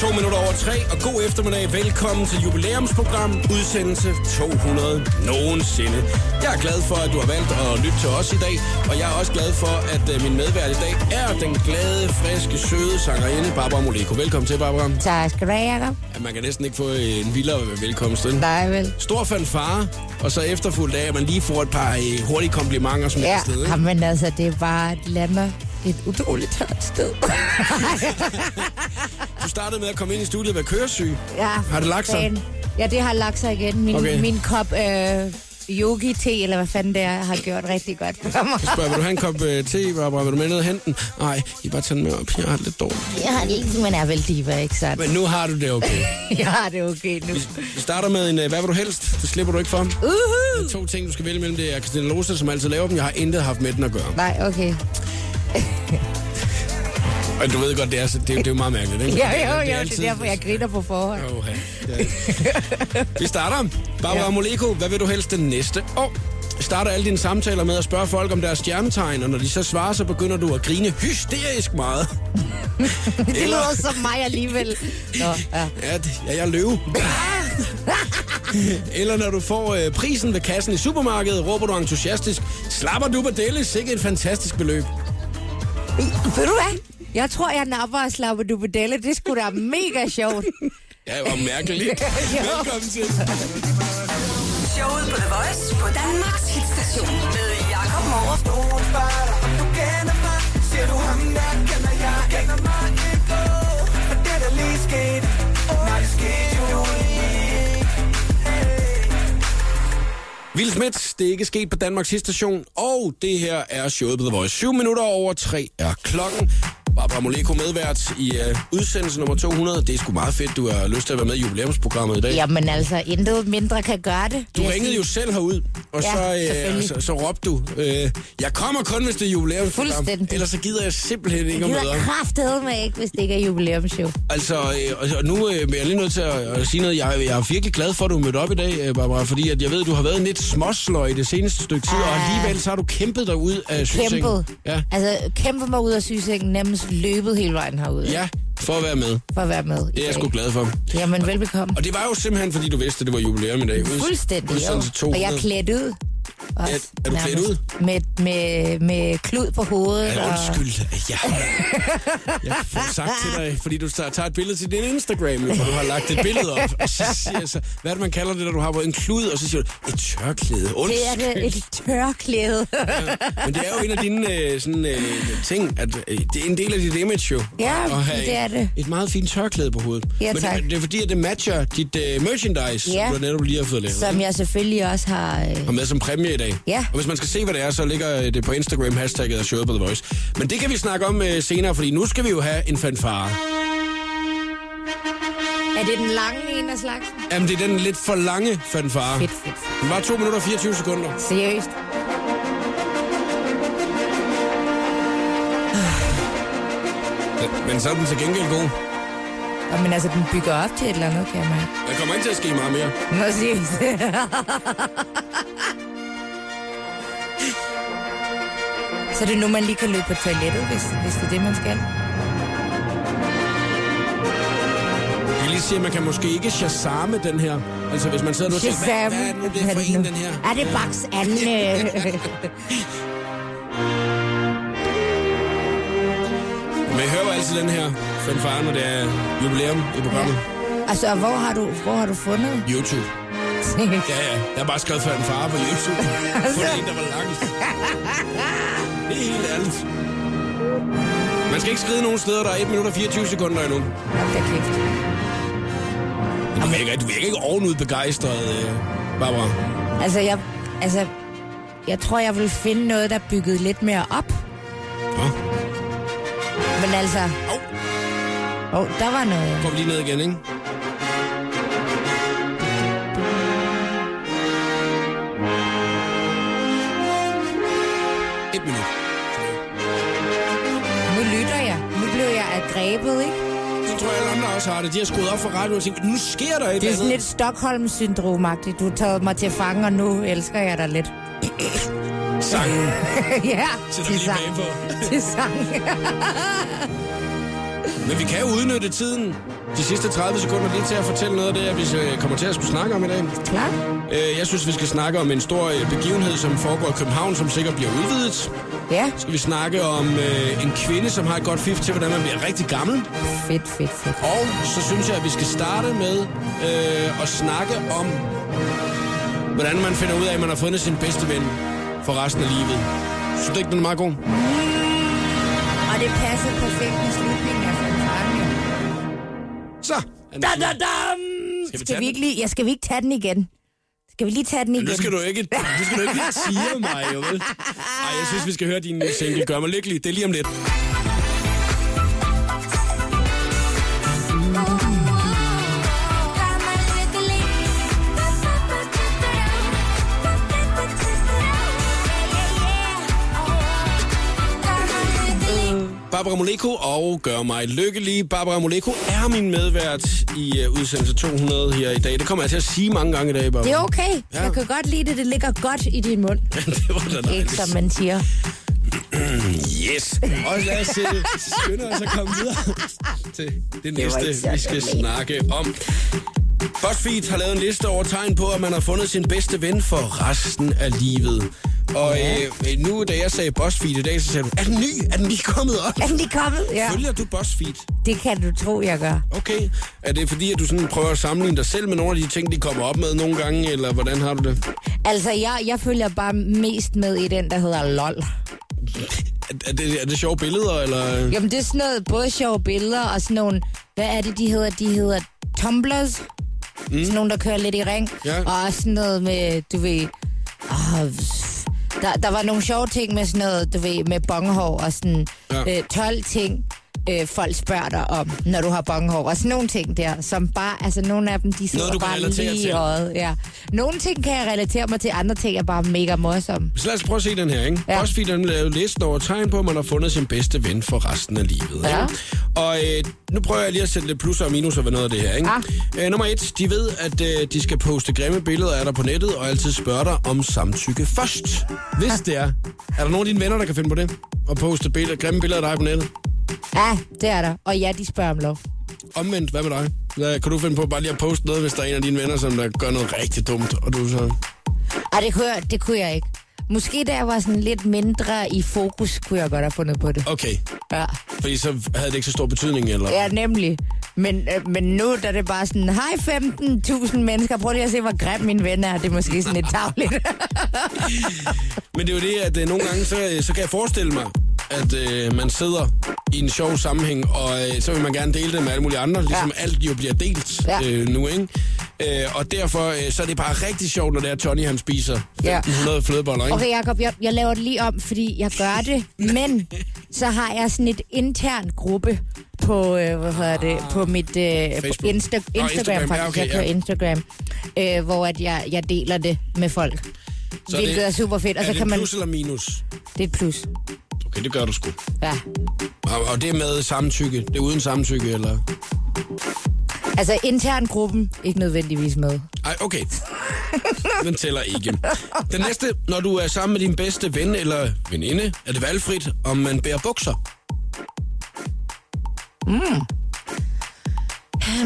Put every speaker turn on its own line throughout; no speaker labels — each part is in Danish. To minutter over tre, og god eftermiddag. Velkommen til jubilæumsprogram, udsendelse 200 nogensinde. Jeg er glad for, at du har valgt at lytte til os i dag, og jeg er også glad for, at øh, min medvært i dag er den glade, friske, søde sangerinde Barbara Moleko. Velkommen til, Barbara.
Tak skal du have, Jacob.
Ja, man kan næsten ikke få øh, en vildere velkomst. vel?
Nej, vel.
Stor fanfare, og så efterfuldt af, at man lige får et par øh, hurtige komplimenter som
Ja,
et sted. ikke?
men altså, det er bare et land et utroligt tørt sted.
Du startede med at komme ind i studiet med køresyg.
ja,
Har det lagt sig?
fan. Ja, det har lagt sig igen. Min,
Okay.
okay. min kop øh, yogi-te, eller hvad fanden det er, har gjort rigtig godt for mig.
Spørger, vil du have en kop øh, te, Barbara? Vil du med ned og hente den? Nej, I bare tage den med op. Jeg har det lidt dårligt.
Jeg har det ikke, man er vel diva, ikke sandt?
Men nu har du det okay.
Jeg har det okay nu.
Vi starter med en, øh, hvad vil du helst? Det slipper du ikke for.
Uhu!
To ting, du skal vælge mellem. Det er Christina Lose, som altid laver dem. Jeg har intet haft med den at gøre.
Nej, okay.
Og du ved godt, det er, så- det, det er jo meget mærkeligt, ikke?
Jo, jo,
er
jo, det
altid-
er derfor, jeg griner på forhånd.
Åh, ja. Ja. Vi starter. Barbara
Ja.
Moleko, hvad vil du helst det næste år? Starter alle dine samtaler med at spørge folk om deres stjernetegn, og når de så svarer, så begynder du at grine hysterisk meget.
Det lyder som mig alligevel. Nå, ja.
Ja, det, ja, jeg er løve. Eller når du får øh, prisen ved kassen i supermarkedet, råber du entusiastisk, slapper du på Delle, sikkert et fantastisk beløb.
Ved du hvad? Jeg tror, jeg napper og slapper du på Delle. Det skulle da mega sjovt.
Ja, det var mærkeligt. Velkommen til.
Showet på The Voice på Danmarks hitstation med Jakob Morup.
Will Smith, det er ikke sket på Danmarks station, og det her er showet på The Voice. 7 minutter over 3 er klokken. Barbara Moleko medvært i øh, udsendelse nummer 200. Det er sgu meget fedt, du har lyst til at være med i jubilæumsprogrammet i dag.
Jamen altså, intet mindre kan gøre det.
Øh. Du
vil jeg
ringede
sige.
jo selv herud, og
Ja,
så, øh,
selvfølgelig.
så, så råbte du, øh, jeg kommer kun, hvis det er jubilæumsprogram.
Fuldstændig.
Ellers så gider jeg simpelthen ikke at
Det
møde op.
var kraftedeme ikke, hvis det ikke er jubilæumsshow.
Altså, øh, og- og nu øh, er jeg lige nødt til at, at sige noget. Jeg, jeg er virkelig glad for, at du mødte op i dag, øh, Barbara, fordi at jeg ved, at du har været en lidt småsløj i det seneste stykke tid, og
Ah.
alligevel så har du kæmpet dig ud af sygesengen.
Kæmpet.
Ja.
Altså, kæmpet mig ud af sygesengen, nærmest løbet hele vejen herud.
ja, for at være med.
For at være med. i
Det er jeg
dag.
sgu glad for.
Jamen, velbekomme.
Og det var jo simpelthen, fordi du vidste, at det var jubilæum i dag. Ud-
Fuldstændig,
Udsendelse
jo. Og jeg er
200.
klædt ud. Også,
Er- er du klædt
nærmest.
ud?
Med, med, med klud på hovedet.
Ja,
og-
undskyld. Ja. Jeg får sagt til dig, fordi du tager tager et billede til din Instagram, jo, hvor du har lagt et billede op, og så siger jeg så, hvad er det, man kalder det, når du har en klud, og så siger du, et tørklæde.
Det
Undskyld.
er det, et tørklæde.
Men det er jo en af dine øh, sådan, øh, ting, at øh, det er en del af dit image jo.
Ja,
at have
det er det.
Et meget fint tørklæde på hovedet.
Ja,
Men
tak.
det, det er fordi, at det matcher dit øh, merchandise,
Ja.
som du netop lige har fået lavet.
som jeg selvfølgelig også har... Øh,
Og med som præmie i dag.
Ja.
Og hvis man skal se, hvad det er, så ligger øh, det på Instagram, hashtagget er showet på The Voice. Men det kan vi snakke om øh, senere, fordi nu skal vi jo have en fanfare.
er det den lange en af slagsen?
Jamen, det er den lidt for lange fanfare.
Fedt, fedt, fedt.
Den var 2 minutter og 24 sekunder.
Seriøst?
Men- Men så er den til gengæld god.
Og, men altså, den bygger op til et eller andet, kan jeg mærke.
Der kommer ikke til at ske meget mere.
Nå, seriøst. Så det er nu, man lige kan løbe på toilettet, hvis, hvis det er det, man skal.
Jeg kan lige sige, at man kan måske ikke shazame den her. Altså, hvis man sidder nu og tænker, hvad, hvad er det nu, det er for en, den her?
Er det Baks Anne?
Men jeg hører jo altid den her fanfare, når det er jubilæum i programmet.
altså, og hvor har du, hvor har du fundet?
YouTube. Ja, ja. Jeg har bare skrevet fanfare på YouTube. For en, der var langt. Det er helt ærligt. Man skal ikke skride nogen steder, der er 1 minut og 24 sekunder endnu.
Hold da kæft.
Men Du virker, du virker ikke ovenud begejstret, øh, Barbara.
Altså, jeg, altså, jeg tror, jeg vil finde noget, der er bygget lidt mere op.
Nå,
Men altså...
Au.
Åh, oh, der var noget.
går vi lige ned igen, ikke? Et minut.
Nu lytter jeg. Nu blev jeg grebet, ikke?
Så tror jeg, alle andre også har det. De har skruet op for radioen og tænkt, nu sker der et
Det er
eller
sådan
andet.
lidt Stockholm-syndromagtigt. Du har taget mig til fange, og nu elsker jeg dig lidt.
Sangen
ja,
sætter vi
til
lige
sang.
bag på.
til sang.
Men vi kan jo udnytte tiden. De sidste 30 sekunder lige til at fortælle noget af det, vi øh, kommer til at skulle snakke om i dag.
Klart.
Øh, Jeg synes, vi skal snakke om en stor øh, begivenhed, som foregår i København, som sikkert bliver udvidet.
Ja.
Skal vi snakke om øh, en kvinde, som har et godt fif til, hvordan man bliver rigtig gammel.
Fedt, fedt, fedt.
Og så synes jeg, at vi skal starte med øh, at snakke om, hvordan man finder ud af, at man har fundet sin bedste ven for resten af livet. Synes du ikke, den er meget god?
Og det passede perfekt med slutningen af fanfaren. jo.
Så! er den
Da, da,
slut.
da.
Skal vi tage
Skal vi
den?
ikke lige, ja, skal vi ikke tage den igen? Skal vi lige tage den igen?
Nu skal du ikke, nu skal du ikke sige mig, jo vel? Ej, jeg synes, vi skal høre din nye single. Gør mig lykkelig. Det er lige om lidt. Barbara Moleko og Gør mig lykkelig. Barbara Moleko er min medvært i øh, udsendelse 200 her i dag. Det kommer jeg til at sige mange gange i dag, Barbara.
Det er okay.
Ja.
Jeg kan godt lide det. Det ligger godt i din mund.
det var da
Ikke
dejligt.
som man siger.
Yes. Og lad os øh, skynde os at komme videre til det
ikke
næste,
så
vi skal
dårligt.
snakke om. BuzzFeed har lavet en liste over tegn på, at man har fundet sin bedste ven for resten af livet. Og øh, nu, da jeg sagde BuzzFeed i dag, så sagde du, er den ny? Er den lige kommet op?
Er den lige kommet? Ja.
Følger du BuzzFeed?
Det kan du tro, jeg gør.
Okay. Er det fordi, at du sådan prøver at sammenligne dig selv med nogle af de ting, de kommer op med nogle gange, eller hvordan har du det?
Altså, jeg, jeg følger bare mest med i den, der hedder LOL.
Er, er det, er det sjove billeder, eller? øh?
Jamen, det er sådan noget, både sjove billeder og sådan nogle, hvad er det, de hedder? De hedder tumblers. Mm. Sådan nogle, der kører lidt i ring.
Ja.
Og også sådan noget med, du ved... Oh, der, der var nogle sjove ting med sådan noget, du ved, med bonghår og sådan
Ja.
ja. øh, 12 ting, øh, folk spørger dig om, når du har bonghår. Og sådan nogle ting der, som bare, altså nogle af dem, de sidder
du kan
bare
relatere
lige
til.
i øjet. Ja. Nogle ting kan jeg relatere mig til, andre ting er bare mega morsomme.
Så lad os prøve at se den her, ikke? Ja.
Ja.
BuzzFeed har lavet listen over tegn på, at man har fundet sin bedste ven for resten af livet. ikke?
Ja.
Og øh, nu prøver jeg lige at sætte lidt plusser og minuser ved noget af det her, ikke? Ja. Øh, nummer et, de ved, at øh, de skal poste grimme billeder af dig på nettet, og altid spørge dig om samtykke først. Hvis det er. Er der nogen af dine venner, der kan finde på det? At poste billeder, grimme billeder af dig på nettet?
Ja, det er der. Og ja, de spørger om lov.
Omvendt, hvad med dig? Hvad- Kan du finde på bare lige at poste noget, hvis der er en af dine venner, som der gør noget rigtig dumt, og du så...
Ej, det kunne jeg, det kunne jeg ikke. Måske da jeg var sådan lidt mindre i fokus, kunne jeg godt have fundet på det.
Okay,
Ja,
fordi så havde det ikke så stor betydning, eller?
ja nemlig. Men, øh, men nu der er det bare sådan, hej 15.000 mennesker, prøv lige at se, hvor grim min ven er. Det er måske sådan lidt tavligt.
Men det er jo det, at øh, nogle gange, så, øh, så kan jeg forestille mig, at øh, man sidder i en sjov sammenhæng, og øh, så vil man gerne dele det med alle mulige andre, ligesom ja. alt jo bliver delt
Ja.
øh, nu, ikke? Øh, og derfor, øh, så er det bare rigtig sjovt, når det er Tony, han spiser
Ja.
100 flødeboller, ikke?
Okay, Jacob, jeg, jeg laver det lige om, fordi jeg gør det, men så har jeg sådan et intern gruppe på, øh, hvad hedder det, på mit øh, på
Facebook.
Insta,
Nå,
Instagram,
Instagram, ja,
faktisk.
okay,
jeg
ja.
kører Instagram, øh, hvor at jeg, jeg deler det med folk.
Så
Så
er det-
hvilket det, er super fedt. Og
er
så
det
kan man,
plus eller minus?
det er et plus.
Okay, det gør du sgu.
Ja.
Og, og det er med samtykke? Det er uden samtykke, eller?
Altså intern gruppen, ikke nødvendigvis med.
Ej, okay. Den tæller ikke. Den næste, når du er sammen med din bedste ven eller veninde, er det valgfrit, om man bærer bukser.
Hmm.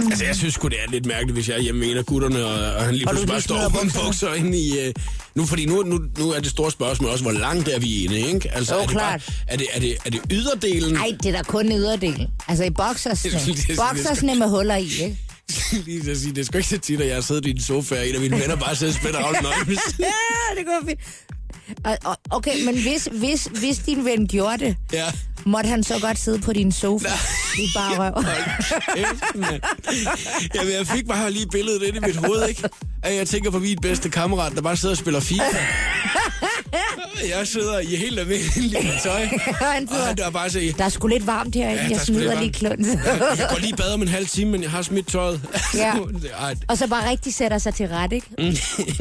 Mm. Altså, jeg synes sgu, det er lidt mærkeligt, hvis jeg er hjemme med en af gutterne, og, og han lige
Og du
pludselig bare
lige
står
smider
uden
bukserne.
bukser inde i... Øh, nu, fordi nu, nu, nu er det store spørgsmål også, hvor langt er vi inde, ikke? Altså,
Jo,
er, det
klart.
er, det, er, det, er det yderdelen?
Nej, det er da kun nederdelen. Altså i boksersne.
Det er- det er-
Boksersne med huller i, ikke?
lige til at sige, det er sgu ikke så tit, at jeg har siddet i en sofa, og en af mine venner bare sidder og spænder af nøgen.
Ja, det går fint. Og- og- Okay, men hvis, hvis, hvis din ven gjorde det,
Ja.
måtte han så godt sidde på din sofa i bare røv.
Hold kæft, mand. Jamen, jeg fik bare lige billedet ind i mit hoved, ikke? At jeg tænker på min bedste kammerat, der bare sidder og spiller FIFA. Jeg sidder i helt almindeligt tøj,
Og han
og han
sidder,
der bare siger,
der er sgu lidt varmt herinde,
Ja,
ja,
der er
jeg
sgu lidt
smider lige
varmt."
klunsen.
jeg går lige i bad om en halv time, men jeg har smidt tøjet.
Ja.
Ej,
Og så bare rigtig sætter sig til ret, ikke?
Mm.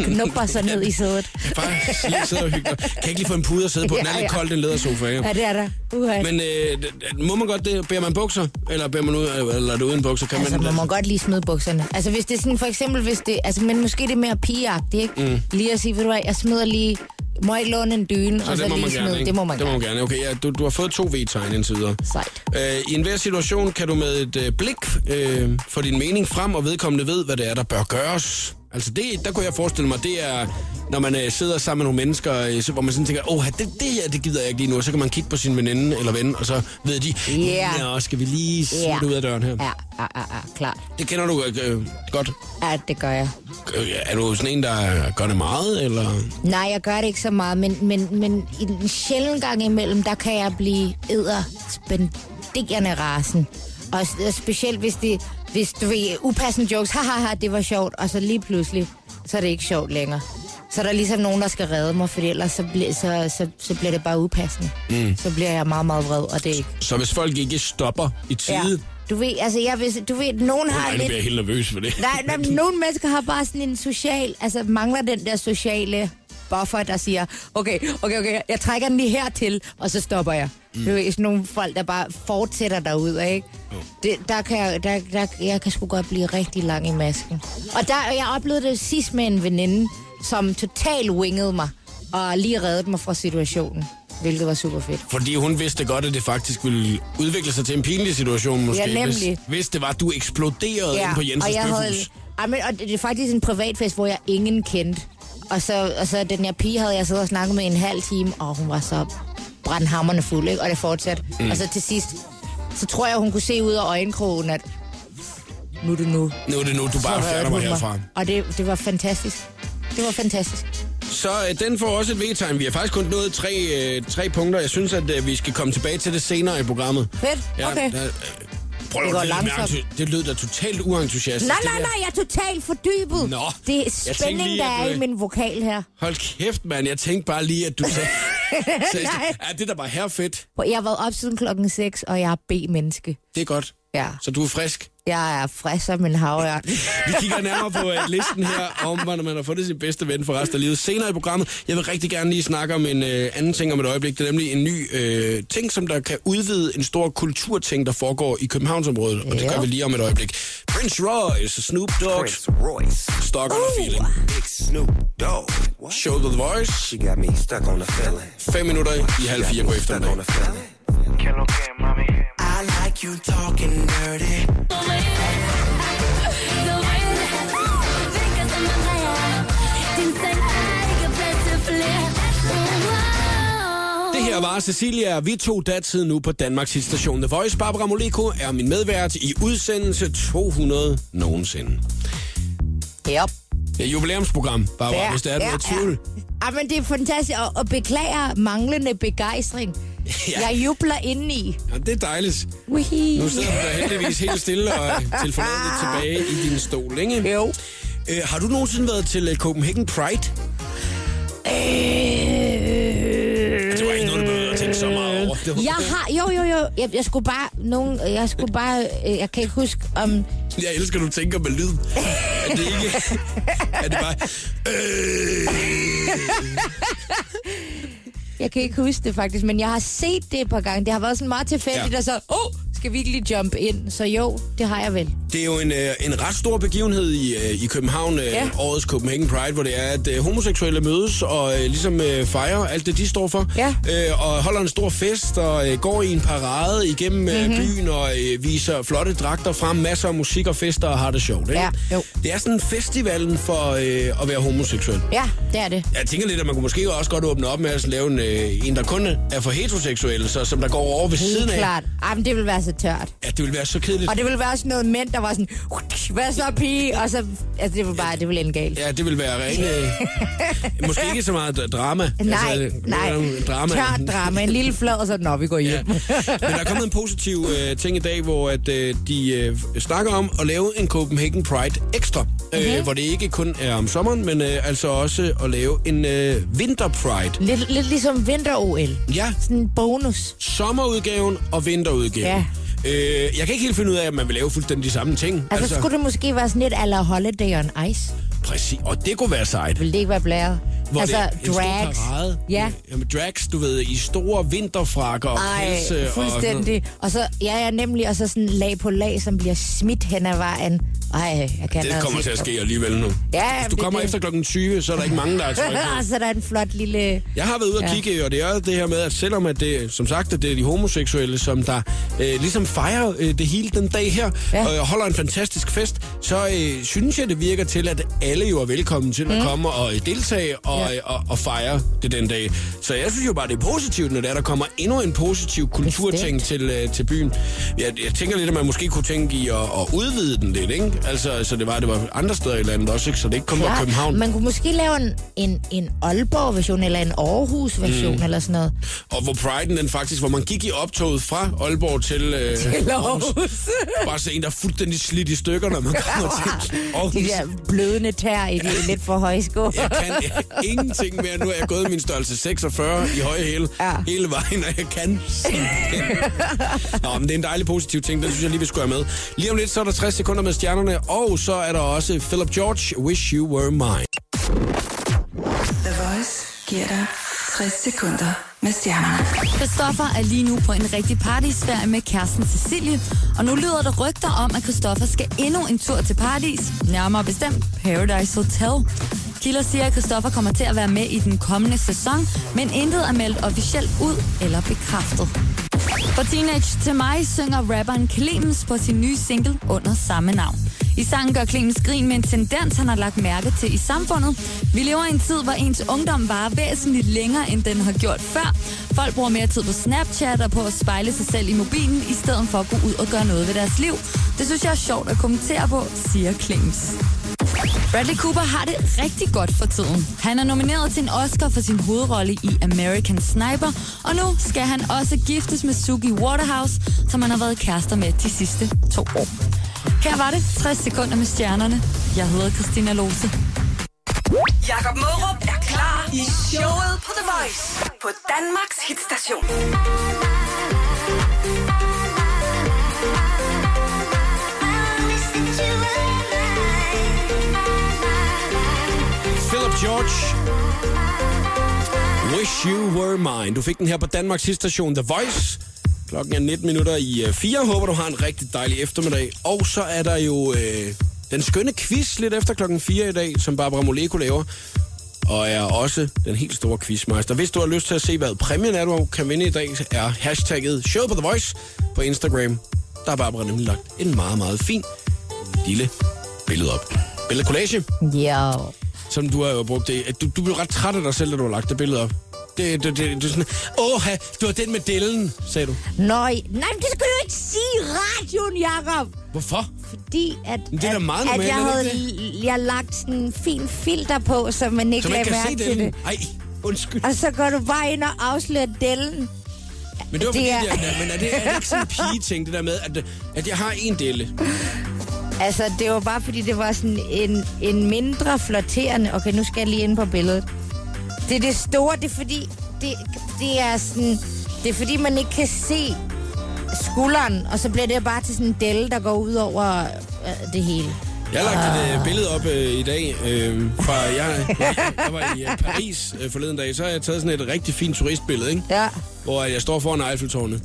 Knupper sig ned i sædet.
bare siger, jeg sidder og hygger. Kan jeg ikke lige få en pude at sidde på? Den er
Ja,
lidt
ja.
kold, den lædersofa, ikke?
Ja, det er der. Uha.
Men øh, d- d- må man godt det? Bærer man bukser? Eller bærer man ud, eller er det uden bukser? Kan
Altså,
man,
man må godt lige smide bukserne. Altså, hvis det er sådan, for eksempel, hvis det... Altså, men måske det er mere pigeagtigt, ikke? Mm. Lige at sige, ved du hvad, jeg smider lige Må jeg ikke låne en dyne, så og så
det må man
altså, lige
gerne,
smide.
ikke?
Det må man
det må
gerne.
man gerne. Okay, ja, du, du har fået to V-tegn indtil videre.
Sejt.
Øh, I enhver situation kan du med et øh, blik øh, få din mening frem, og vedkommende ved, hvad det er, der bør gøres. Altså det, der kunne jeg forestille mig, det er, når man øh, sidder sammen med nogle mennesker, øh, så, hvor man sådan tænker, åh, det, det her, det gider jeg ikke lige nu, og så kan man kigge på sin veninde eller ven, og så ved de,
Ja.
ja, skal vi lige smutte
Ja.
ud af døren her.
Ja, ja, ja, ja, klart.
Det kender du øh, godt.
Ja, det gør jeg.
Øh, Er du sådan en, der gør det meget, eller?
Nej, jeg gør det ikke så meget, men, men, men i en sjældent gang imellem, der kan jeg blive edderspenderende rasen. Og s- og specielt hvis det, hvis du ved, upassende jokes, haha, det var sjovt, og så lige pludselig, så er det ikke sjovt længere. Så er der ligesom nogen, der skal redde mig, for ellers så, bliver, så, så, så bliver det bare upassende. Mm. Så bliver jeg meget, meget vred, og det er ikke.
Så hvis folk ikke stopper i tide, ja.
Du ved, altså, jeg, hvis, du ved, nogen har
Nej, nu
lidt...
bliver jeg helt nervøs for det.
Nej, nej, men nogle mennesker har bare sådan en social... Altså, mangler den der sociale buffer, der siger, okay, okay, okay, jeg trækker den lige hertil, og så stopper jeg. Mm. Du ved, sådan nogle folk, der bare fortsætter derude, ikke? Det, der kan jeg, der, der, jeg kan sgu godt blive rigtig lang i masken. Og der, jeg oplevede det sidst med en veninde, som total wingede mig, og lige reddede mig fra situationen, hvilket var super fedt.
Fordi hun vidste godt, at det faktisk ville udvikle sig til en pinlig situation, måske.
Ja, nemlig.
Hvis, hvis det var, at du eksploderede ja, inde på
og
Jensens
jeg
Bøfhus.
havde, Ej, men, og det, det er faktisk en privatfest, hvor jeg ingen kendte. Og så, og så den her pige havde jeg siddet og snakket med i en halv time, og hun var så brandhammerne fuld, ikke? og det fortsatte. Mm. Og så til sidst, så tror jeg, hun kunne se ud af øjenkrogen, at nu er det nu.
Nu er det nu, du bare
Så
fjerner
reddede hun
mig herfra.
Og det, det var fantastisk. Det var fantastisk.
Så øh, den får også et V-tegn. Vi har faktisk kun nået tre, øh, tre punkter. Jeg synes, at øh, vi skal komme tilbage til det senere i programmet.
Fedt, okay.
øh, prøv,
Det går
lød
langsomt.
mere entu- Det lød da totalt uentusiastisk.
Nej,
det
nej,
der.
nej, jeg er totalt fordybet.
Nå,
det er
jeg tænkte
spænding,
lige,
der
at
er
du-
i min vokal her.
Hold kæft, mand. Jeg tænkte bare lige, at du sagde... sagde
Nej.
ja, det der var her fedt.
Hvor Jeg har været op siden klokken 6, og jeg er B-menneske.
Det er godt.
Ja.
Så du er frisk.
Jeg er frisk som en havørn.
Vi kigger nærmere på øh, listen her om, hvordan man har fundet sin bedste ven for resten af livet. Senere i programmet, jeg vil rigtig gerne lige snakke om en øh, anden ting om et øjeblik. Det er nemlig en ny øh, ting, som der kan udvide en stor kulturting, der foregår i Københavnsområdet. Og det
Ja.
gør vi lige om et øjeblik. Prince Royce, Snoop Dogg,
Prince Royce,
Stock on a Feeling.
Big Snoop Dogg. What?
Show The Voice.
She got me stuck on a feeling.
5 minutter i halv fire på
Stuck on
eftermiddag.
a feeling.
¿Qué es lo que, mami?
I like you talking dirty.
Det her var Cecilia, vi tog datid nu på Danmarks hitstation The Voice. Barbara Moleko er min medvært i udsendelse 200 nogensinde.
Yep.
Det er et jubilæumsprogram, Barbara, hvis der er noget tvivl.
Ja. men det er fantastisk, og, og beklager manglende begejstring.
Ja.
ja. Jeg jubler indeni.
Ja, det er dejligt.
Wihi.
Nu sidder du da heldigvis helt stille og telefonerer lidt tilbage i din stol, ikke?
Ah. Jo.
Øh, har du nogensinde været til øh, Copenhagen Pride?
Øh,
Altså, Det var ikke noget, du behøvede at tænke så meget over. Det var...
jeg har, jo, jo, jo, jeg, jeg skulle bare, nogen, jeg skulle bare, øh, jeg kan ikke huske om,
Jeg elsker, at du tænker med lyd. Er det ikke... er det bare... Øh...
jeg kan ikke huske det faktisk, men jeg har set det et par gange. Det har været sådan meget tilfældigt,
Ja.
ja. og så, åh, oh, skal vi ikke lige jump ind? Så jo, det har jeg vel.
Det er jo en, øh, en ret stor begivenhed i, øh, i København, øh, ja.
Ja.
årets Copenhagen Pride, hvor det er, at øh, homoseksuelle mødes og øh, ligesom øh, fejrer alt det, de står for.
Ja.
Øh, og holder en stor fest og øh, går i en parade igennem øh,
Mhm.
mm-hmm. byen og øh, viser flotte dragter frem, masser af musik og fester og har det sjovt. Ikke?
Ja, jo.
Det er sådan festivalen for øh, at være homoseksuel.
Ja, det er det.
Jeg tænker lidt, at man kunne måske også godt åbne op med at lave en, øh, en der kun er for heteroseksuelle, så, som der går over ved siden
Helt
af.
klart. Ej, men det vil være så tørt.
Ja, det ville være så kedeligt.
Og det ville være sådan noget mænd, der var sådan, hvad så pige? Og så, altså det ville bare, det ville ende galt.
Ja, det vil være rene... øh, måske ikke så meget d- drama.
Nej,
øh,
nej.
øh, Drama.
Tørt drama. En lille flad, og så, nå, vi går
Ja.
hjem.
Men der er kommet en positiv øh, ting i dag, hvor at, øh, de øh, snakker om at lave en Copenhagen Pride ekstra. Øh, Hvor det ikke kun er om sommeren, men øh, altså også at lave en øh, Winter Pride.
Lidt, lidt ligesom vinter-OL.
Ja,
Sådan en bonus.
sommerudgaven og vinterudgaven.
Ja.
Øh, jeg kan ikke helt finde ud af, at man vil lave fuldstændig de samme ting.
Altså, altså, skulle det måske være sådan lidt aller holiday on ice?
Præcis, og det kunne være sejt.
Ville det ikke være blæret?
Hvor
altså,
det er en
drags.
Stor parade.
ja.
Jamen, drags, du ved, i store vinterfrakker og
Ej,
pelse. Og,
fuldstændig. Og så, ja, ja, nemlig, og så sådan lag på lag, som bliver smidt hen ad vejen. Ej, jeg kan
Det
altså
kommer til at
ikke.
ske alligevel nu.
Ja,
Hvis du
det-
kommer
det-
efter klokken 20, så er der ikke mange, der er trykket.
så der er en flot lille...
Jeg har været ude og
Ja.
kigge, og det er det her med, at selvom at det, som sagt, at det er de homoseksuelle, som der øh, ligesom fejrer øh, det hele den dag her,
Ja.
og øh, holder en fantastisk fest, så øh, synes jeg, det virker til, at alle jo er velkommen til at komme og øh, deltage og,
Mm. Ja.
øh, og, og fejre det den dag. Så jeg synes jo bare, det er positivt, når der, der kommer endnu en positiv kulturting til, øh, til byen. Jeg, jeg tænker lidt, at man måske kunne tænke i at, at udvide den lidt, ikke? Altså, så det var, det var andre steder i landet også, ikke? Så det ikke kun var København.
Man kunne måske lave en, en, en Aalborg-version, eller en Aarhus-version, mm. eller sådan noget.
Og hvor priden den faktisk, hvor man gik i optoget fra Aalborg til, øh, til
Aarhus.
Bare se en, der er fuldstændig slidt i stykker, når man kommer til Aarhus.
De der blødende tær i de lidt for høje sko.
Jeg kan ingenting mere. Nu er jeg gået min størrelse 46 i høje hæle ja.
Ja.
hele vejen, og jeg kan simpelthen. Nå, men det er en dejlig positiv ting, den synes jeg lige, vi skulle have med. Lige om lidt, så er der 60 sekunder med stjernerne, og så er der også Philip George, Wish You Were Mine.
The Voice giver dig 60 sekunder med stjernerne.
Christoffer er lige nu på en rigtig party i Sverige med kæresten Cecilie, og nu lyder der rygter om, at Christoffer skal endnu en tur til Paradis, nærmere bestemt Paradise Hotel. Kilder siger, at Christoffer kommer til at være med i den kommende sæson, men intet er meldt officielt ud eller bekræftet. For Teenage til mig synger rapperen Clemens på sin nye single under samme navn. I sangen gør Clemens grin med en tendens, han har lagt mærke til i samfundet. Vi lever i en tid, hvor ens ungdom varer væsentligt længere, end den har gjort før. Folk bruger mere tid på Snapchat og på at spejle sig selv i mobilen, i stedet for at gå ud og gøre noget ved deres liv. Det synes jeg er sjovt at kommentere på, siger Clemens. Bradley Cooper har det rigtig godt for tiden. Han er nomineret til en Oscar for sin hovedrolle i American Sniper, og nu skal han også giftes med Suki Waterhouse, som han har været kærester med de sidste to år. Her var det 60 sekunder med stjernerne. Jeg hedder Christina Lose.
Jakob Mørup er klar i showet på The Voice på Danmarks hitstation.
Philip George. Wish You Were Mine. Du fik den her på Danmarks hitstation The Voice. Klokken er 19 minutter i 4. Håber, du har en rigtig dejlig eftermiddag. Og så er der jo øh, den skønne quiz lidt efter klokken 4 i dag, som Barbara Moleko laver. Og er også den helt store quizmeister. Hvis du har lyst til at se, hvad præmien er, du kan vinde i dag, er hashtagget Show på The Voice på Instagram. Der har Barbara nemlig lagt en meget, meget fin lille billede op. Billedkollage
Jo.
som du har jo brugt det. at Du, du blev ret træt af dig selv, da du har lagt det billede op. Det, det, det, det er sådan, åh, du har den med dellen, sagde du.
Nøj. Nej, men det skal du ikke sige i radioen, Jacob.
Hvorfor?
Fordi at,
Men det er da
at,
meget normalt,
at jeg
er det
havde
ikke
l- jeg lagt sådan en fin filter på, så man ikke
Så man
lagde
ikke kan se
mærke til
dellen.
det.
Ej, undskyld.
Og så går du bare ind og afslører dellen.
Men det var
det
fordi,
er-
det er, men er det, er det ikke sådan en pige-ting, det der med, at, at jeg har en delle?
Altså, det var bare fordi, det var sådan en, en mindre flotterende... Okay, nu skal jeg lige ind på billedet. Det er det store, det er fordi... Det, det er sådan... Det er fordi, man ikke kan se skulderen, og så bliver det bare til sådan en delle, der går ud over øh, det hele.
Jeg har lagt et øh, billede op øh, i dag øh, fra, jeg, jeg, jeg var i øh, Paris øh, forleden dag, så har jeg taget sådan et rigtig fint turistbillede, ikke?
Ja.
hvor jeg står foran Eiffeltårnet.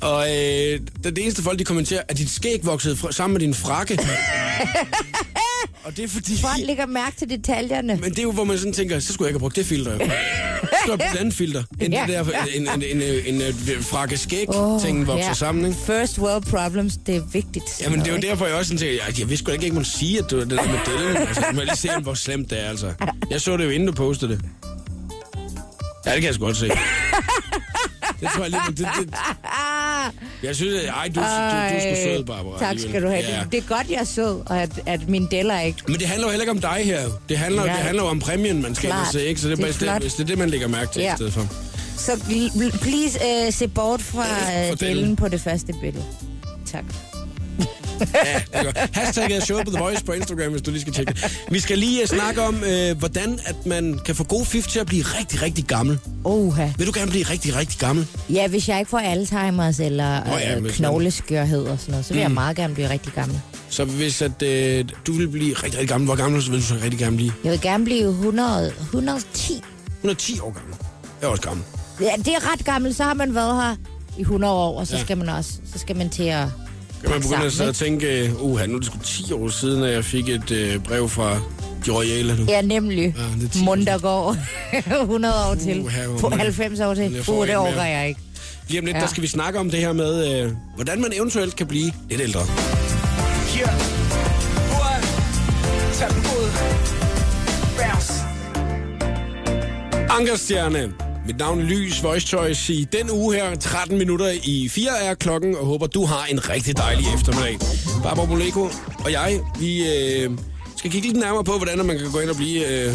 Og øh, det, det eneste folk, de kommenterer, at dit skæg voksede fra, sammen med din frakke. og det er fordi...
Folk lægger mærke til detaljerne.
Men det er jo, hvor man sådan tænker, så skulle jeg ikke have brugt det filter. jo. Så skulle jeg have brugt et andet filter, end
Ja,
det der
ja.
en, en, en, en, en, øh, frakke skæg ting vokser
ja.
sammen. Ikke?
First world problems, det er vigtigt. sådan
Jamen, det er jo
noget,
derfor, jeg også sådan tænker, jeg, jeg vidste sgu da ikke, at man sige, at du det der med dellen. Altså, må jeg lige se, hvor slemt det er, altså. Jeg så det jo, inden du postede det. Ja, det kan jeg sgu godt se. Det tror jeg lige, men det, det, jeg synes, at, ej, du, du, du, er sgu
Ah, Ej,
sød, Barbara.
Tak skal du have.
Ja.
Det er godt, jeg er sød, og at, at min deller ikke...
Men det handler jo heller ikke om dig her. Det handler, ja.
Ja.
det handler jo om præmien, man skal ind og
Klart.
se, ikke? Så det er,
Det
bare
er
i stedet-
flot.
hvis det er det, man lægger mærke til ja.
Ja.
i stedet for.
Så l- l- please øh, se bort fra
For
øh,
delen.
delen på det første billede. Tak.
Ja, det er godt. Hashtagget er show på The Voice på Instagram, hvis du lige skal tjekke det. Vi skal lige uh, snakke om, uh, hvordan at man kan få gode fif til at blive rigtig, rigtig gammel.
Oha.
Vil du gerne blive rigtig, rigtig gammel?
Ja, hvis jeg ikke får Alzheimer's eller
Nå ja, hvis
øh,
man-
knogleskørhed og sådan noget, så vil mm. jeg meget gerne blive rigtig gammel.
Så hvis at, øh, du vil blive rigtig, rigtig gammel, hvor gammel så vil du så rigtig gerne blive?
Jeg vil gerne blive 100, 110.
110 år gammel. Jeg er også gammel.
Ja, det er ret gammel, så har man været her i 100 år, og så,
Ja.
ja. skal, man også, så skal man til at
Kan man
pakke
begynde at
sammen,
sidde og tænke, uha, nu er det sgu 10 år siden, at jeg fik et øh, brev fra de royale nu.
Ja, nemlig.
Ja, det er ti år
Mund, der går 100 år til.
Uha, hvor
På
mange.
90 år
Men jeg
til.
får
Uh, det
ikke mere.
overgår jeg ikke.
Lige om lidt, ja.
Ja.
der skal vi snakke om det her med, øh, hvordan man eventuelt kan blive lidt ældre.
Yeah. What? Tag den ud. Bounce.
Ankerstjerne. Mit navn er Lys Voice Choice. I den uge her, 13 minutter i 4 er klokken, og håber, du har en rigtig dejlig eftermiddag. Barbara Moleko og jeg, vi øh, skal kigge lidt nærmere på, hvordan man kan gå ind og blive øh,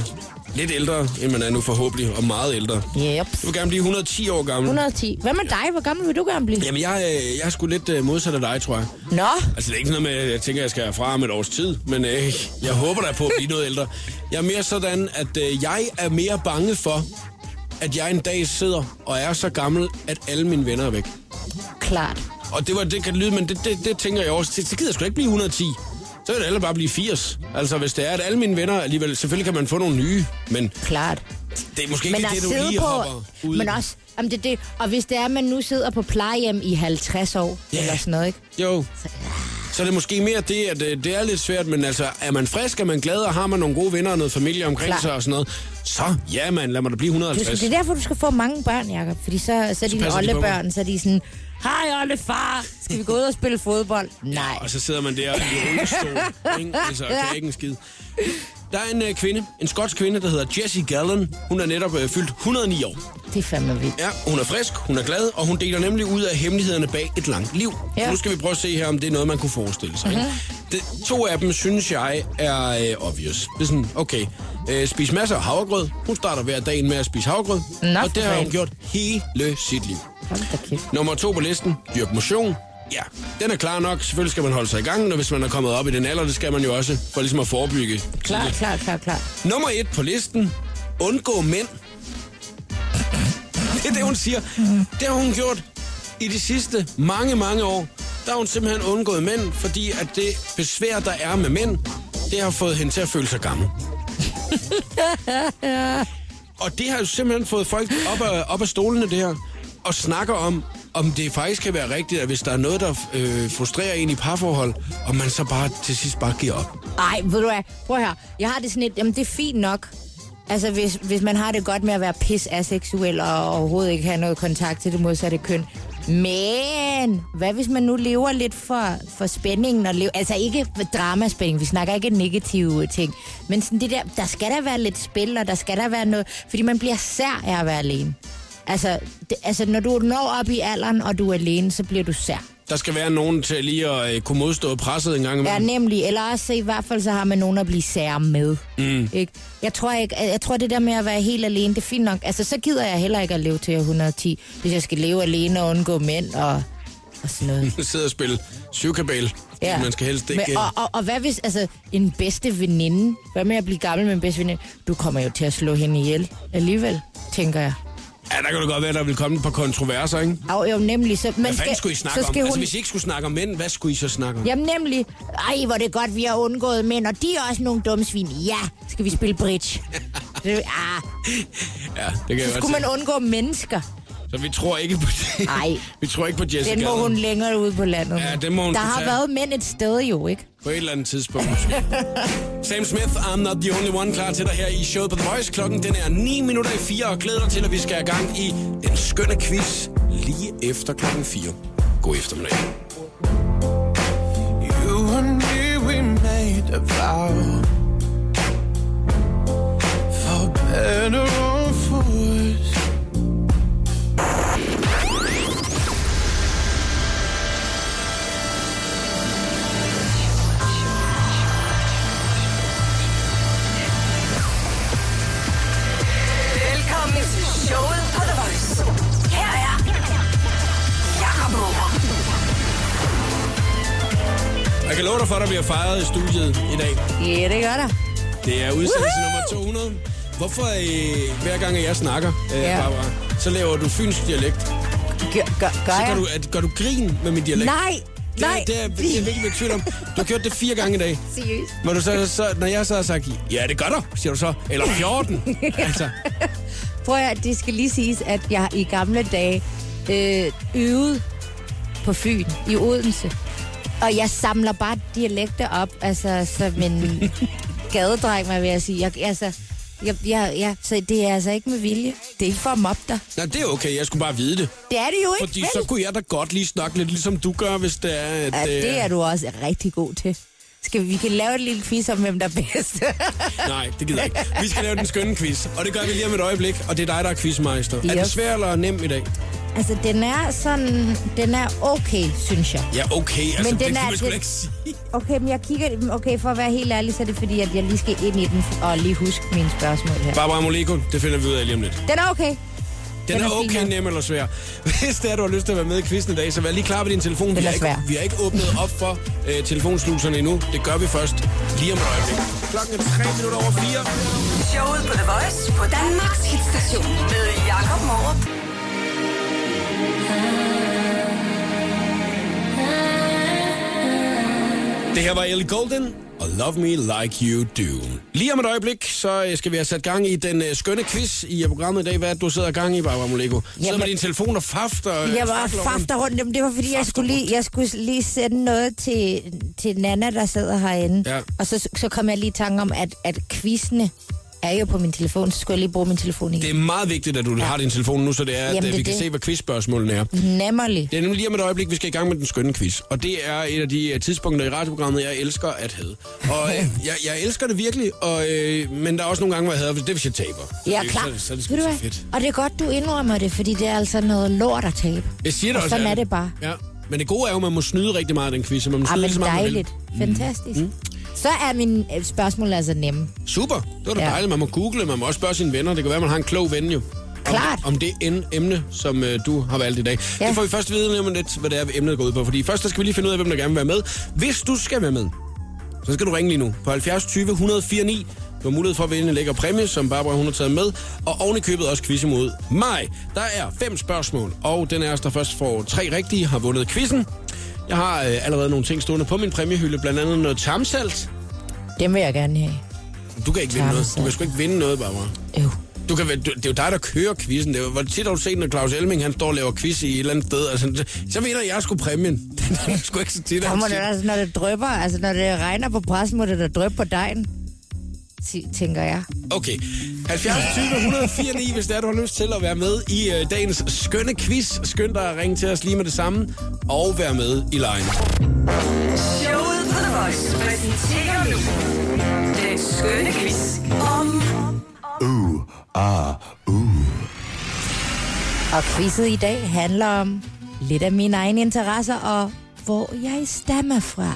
lidt ældre, end man er nu forhåbentlig, og meget ældre.
Yep.
Du vil gerne blive 110 år gammel.
110. Hvad med dig? Hvor gammel vil du gerne blive?
Jamen, jeg, øh, jeg er sgu lidt øh, modsat af dig, tror jeg.
Nå,
Altså, det er ikke sådan noget med, at jeg tænker, at jeg skal herfra om et års tid, men øh, jeg håber da på at blive noget ældre. Jeg er mere sådan, at øh, jeg er mere bange for, at jeg en dag sidder og er så gammel, at alle mine venner er væk.
klart.
Og det, var, det kan lyde, men det, det, det tænker jeg også. Det, det gider jeg sgu da ikke blive 110. Så vil det alle bare blive 80. Altså, hvis det er, at alle mine venner alligevel... Selvfølgelig kan man få nogle nye, men
Klart.
det er måske
Men
ikke
at
det, du
sidde
lige
på...
hopper ud.
Men også... Jamen det, er det, og hvis det er, at man nu sidder på plejehjem i 50 år,
Ja.
eller sådan noget, ikke?
Jo. Så det er måske mere det, at øh, det er lidt svært, men altså, er man frisk, er man glad, og har man nogle gode venner og noget familie omkring
Klar.
sig og sådan noget, så ja, man, lad mig da blive
Du skal,
150.
det er derfor, du skal få mange børn, Jacob. Fordi så, så er dine
passer de på
oldebørn, så er de sådan, Hej, oldefar! Skal vi gå ud og spille fodbold? Nej.
Og så sidder man der i rullestol, ikke? altså, og kan ikke en skid. Der er en øh, kvinde, en skotsk kvinde, der hedder Jessie Gallen. Hun er netop øh, fyldt 109 år.
Det er fandme vildt.
Ja, hun er frisk, hun er glad, og hun deler nemlig ud af hemmelighederne bag et langt liv. Ja.
Ja. Mhm.
Nu skal vi prøve at se her, om det er noget, man kunne forestille sig. Ikke? Det, to af dem, synes jeg, er øh, obvious. Det er sådan, okay, øh, spis masser af havregrød. Hun starter hver dagen med at spise havregrød,
Nå,
og det
for
har hun
fanden.
gjort hele sit liv.
Hold da kæft.
Nummer to på listen, dyrk motion. Ja, den er klar nok. Selvfølgelig skal man holde sig i gang, når hvis man er kommet op i den alder, det skal man jo også, for ligesom at forebygge.
Klar, klar, klar, klar.
Nummer et på listen. Undgå mænd. Det er det, hun siger. Det har hun gjort i de sidste mange, mange år. Der har hun simpelthen undgået mænd, fordi at det besvær, der er med mænd, det har fået hende til at føle sig gammel. Og det har jo simpelthen fået folk op af, op af stolene, det her, og snakker om, om det faktisk kan være rigtigt, at hvis der er noget, der øh, frustrerer en i parforhold, og man så bare til sidst bare giver op.
Ej, ved du hvad? Prøv her. Jeg har det sådan lidt, jamen det er fint nok. Altså, hvis, hvis man har det godt med at være pis aseksuel og overhovedet ikke have noget kontakt til det modsatte køn. Men hvad hvis man nu lever lidt for, for spændingen? Og lever, altså ikke dramaspænding, vi snakker ikke negative ting. Men sådan det der, der skal der være lidt spil, og der skal der være noget... Fordi man bliver sær af at være alene. Altså, det, altså når du når op i alderen, og du er alene, så bliver du sær.
Der skal være nogen til lige at øh, kunne modstå presset en gang
Ja,
imellem.
nemlig. Eller også i hvert fald, så har man nogen at blive sær med. Mm. Ikke? Jeg tror ikke, jeg tror det der med at være helt alene, det er fint nok. Altså, så gider jeg heller ikke at leve til jeg er 110, hvis jeg skal leve alene og undgå mænd og, og sådan noget.
sidde og spille syvkabal. Ja. Man skal helst ikke...
Men, og, og, og, hvad hvis, altså, en bedste veninde, hvad med at blive gammel med en bedste veninde? Du kommer jo til at slå hende ihjel alligevel, tænker jeg.
Ja, der kan det godt være, der vil komme et par kontroverser, ikke?
Og jo, nemlig. Så, man
Hvad fanden skulle I snakke
så skal
om?
Hun,
Altså, hvis I ikke skulle snakke om mænd, hvad skulle I så snakke om?
Jamen nemlig, ej hvor er det godt, vi har undgået mænd, og de er også nogle dumme svin. Ja, skal vi spille bridge? Det,
Ja,
ah,
det kan
så
jeg godt
skulle man
man...
undgå mennesker.
Så vi tror ikke på det.
Ej.
vi tror ikke på Jessica.
Den må hun længere ud på landet.
Ja,
med.
den må hun
Der
kunne
har
tage.
været mænd et sted jo, ikke?
På et eller andet tidspunkt. måske. Sam Smith, I'm not the only one, klar til dig her i showet på The Voice. Klokken den er 9 minutter i 4, og glæder dig til, at vi skal i gang i den skønne quiz lige efter klokken 4. God eftermiddag.
You and me, we made a vow. For better or for worse.
Velkommen til showet på The Voice. Her er Jakob Morup.
Jeg kan love dig for, at der bliver fejret i studiet i dag.
Ja, det gør der.
Det er udsendelse nummer 200. Hvorfor øh, hver gang, at jeg snakker, øh,
Ja.
Barbara, så laver du fynsk dialekt?
Gør, gør, gør
Så
jeg?
gør du, at, gør du grin med min dialekt?
Nej,
Det,
nej.
Det, er, det, er, det er virkelig i tvivl om. Du har gjort det fire gange i dag.
Seriøst.
Hvor du så, så, når jeg så har sagt, ja, det gør der, siger du så, eller 14. altså,
Prøv at høre, det skal lige siges, at jeg i gamle dage øh, øvede på Fyn i Odense. Og jeg samler bare dialekter op, altså som en gadedreng, var jeg ved at sige. Jeg, altså, jeg, jeg, jeg, så det er altså ikke med vilje. Det er ikke for at mobbe dig.
Nej, det er okay. Jeg skulle bare vide det.
Det er det jo ikke,
Fordi
vel?
så kunne jeg da godt lige snakke lidt, ligesom du gør, hvis det er... At,
Ja,
øh,
det er du også rigtig god til. Skal vi, vi kan lave et lille quiz om, hvem der er bedst.
Nej, det gider jeg ikke. Vi skal lave den skønne quiz, og det gør vi lige om et øjeblik, og det er dig, der er quizmeister. Er
Yep.
det svær eller nem i dag?
altså, den er sådan... Den er okay, synes jeg.
Ja, okay. Altså,
Men den
det kan
er-
man sgu
den-
da ikke sige.
Okay, men jeg kigger... Okay, for at være helt ærlig, så er det fordi, at jeg lige skal ind i den og lige huske mine spørgsmål her.
Barbara Moleko, det finder vi ud af lige om lidt.
Den er okay.
Den,
Den
den er
er fin
okay
nok.
nem eller svær. Hvis det er, du har lyst til at være med i quizzen i dag, så vær lige klar ved din telefon. vi,
er
har ikke,
svær.
vi har ikke åbnet op for øh, telefonsluserne endnu. Det gør vi først lige om et øjeblik. Klokken er 3 minutter over 4.
Showet på The Voice på Danmarks hitstation med Jakob Morup.
Det her var Elle Golden og Love Me Like You Do. Lige om et øjeblik, så øh, skal vi have sat gang i den øh, skønne quiz i øh, programmet i dag. Hvad er det, du sidder i gang i, Barbara Moleko? Sidder med
Jamen-
din telefon og fafter? øh,
Jeg var
fakler rundt?
fafter rundt. Jamen, det var, fordi jeg skulle, lige, jeg skulle lige sende noget til, til Nana, der sidder herinde.
Ja.
Og så, så kom jeg lige i tanke om, at, at quizene er jo på min telefon, så skulle jeg lige bruge min telefon
Det
igen.
er meget vigtigt, at du har din telefon nu, så det er, at
Jamen,
øh,
det
vi
er
kan
det.
se, hvad quizspørgsmålene er.
Nemmerlig.
Det er nemlig lige om et øjeblik, vi skal i gang med den skønne quiz. Og det er et af de øh, tidspunkter i radioprogrammet, jeg elsker at have. Og øh, jeg, jeg elsker det virkelig, og, øh, men der er også nogle gange, hvor jeg hader, det, er, hvis jeg taber.
Ja,
Det-
klar.
Så, så er det sgu
Ved du
så
hvad?
fedt.
Og det er godt, du indrømmer det, fordi det er altså noget lort at tabe.
Jeg siger det
Og
også
sådan er
ærligt.
det bare.
Ja. Men det gode er jo, at man må snyde rigtig meget af den quiz, og man må
Ah,
snyde
men
lige så meget, man vil.
dejligt. Fantastisk. Mm. Så er mine øh, spørgsmål altså nemme.
Super. Det var da
Ja.
dejligt. Man må google, man må også spørge sine venner. Det kan være, man har en klog ven jo.
Klart.
Om, om det en emne, som øh, du har valgt i dag. Ja.
Ja.
Det får vi først at vide lige om lidt, hvad det er, emnet går ud på. Fordi først så skal vi lige finde ud af, hvem der gerne vil være med. Hvis du skal være med, så skal du ringe lige nu på 70 20 104 9. Du har mulighed for at vinde en lækker præmie, som Barbara hun har taget med. Og oven i købet også quiz imod mig. Der er fem spørgsmål, og den er os, der først får tre rigtige, har vundet quizzen. Jeg har øh, allerede nogle ting stående på min præmiehylde, blandt andet noget tamsalt.
Dem vil jeg gerne have.
Du kan ikke vinde noget. Du kan
Tamsalt.
sgu ikke vinde noget, Barbara.
Øv.
Du kan, vel- du, det er jo dig, der kører quizzen. Det er jo, hvor tit har du set, når Claus Elming han står og laver quiz i et eller andet sted? Altså, så- så vinder jeg sgu præmien. Det er sgu ikke så tit, at
Der
han
må det,
siger-
altså, når det drøber, altså når det regner på pressen, må det da drøbe på dejen, ti- tænker jeg.
Okay. 70 20 104 9, hvis det er, du har lyst til at være med i øh, dagens skønne quiz. Skynd dig at ringe til os lige med det samme. Og vær med i lejen.
Showet på The Voice præsenterer nu den skønne quiz om...
Og quizet i dag handler om lidt af mine egne interesser og hvor jeg stammer fra.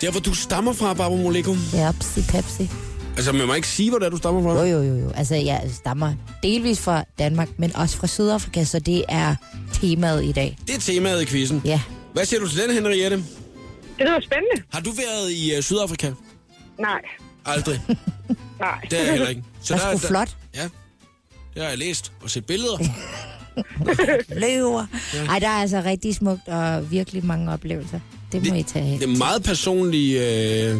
Der, hvor du stammer fra, Barbara Moleko.
Pepsi, Pepsi.
Altså, man må ikke sige, hvor det er, du stammer
Jo,
fra.
jo, jo, jo. Altså, jeg stammer delvis fra Danmark, men også fra Sydafrika, så det er temaet i dag.
Det er temaet i quizzen.
Ja.
Hvad siger du til den, Henriette?
Det lyder spændende.
Har du været i øh, Sydafrika?
Nej,
Aldrig.
nej.
Det er jeg heller ikke. Så
Hvad sgu flot.
Ja. Det har jeg læst og set billeder.
Løver. Ej, der er altså rigtig smukt og virkelig mange oplevelser. Det må I tage af.
Det er meget personlige øh,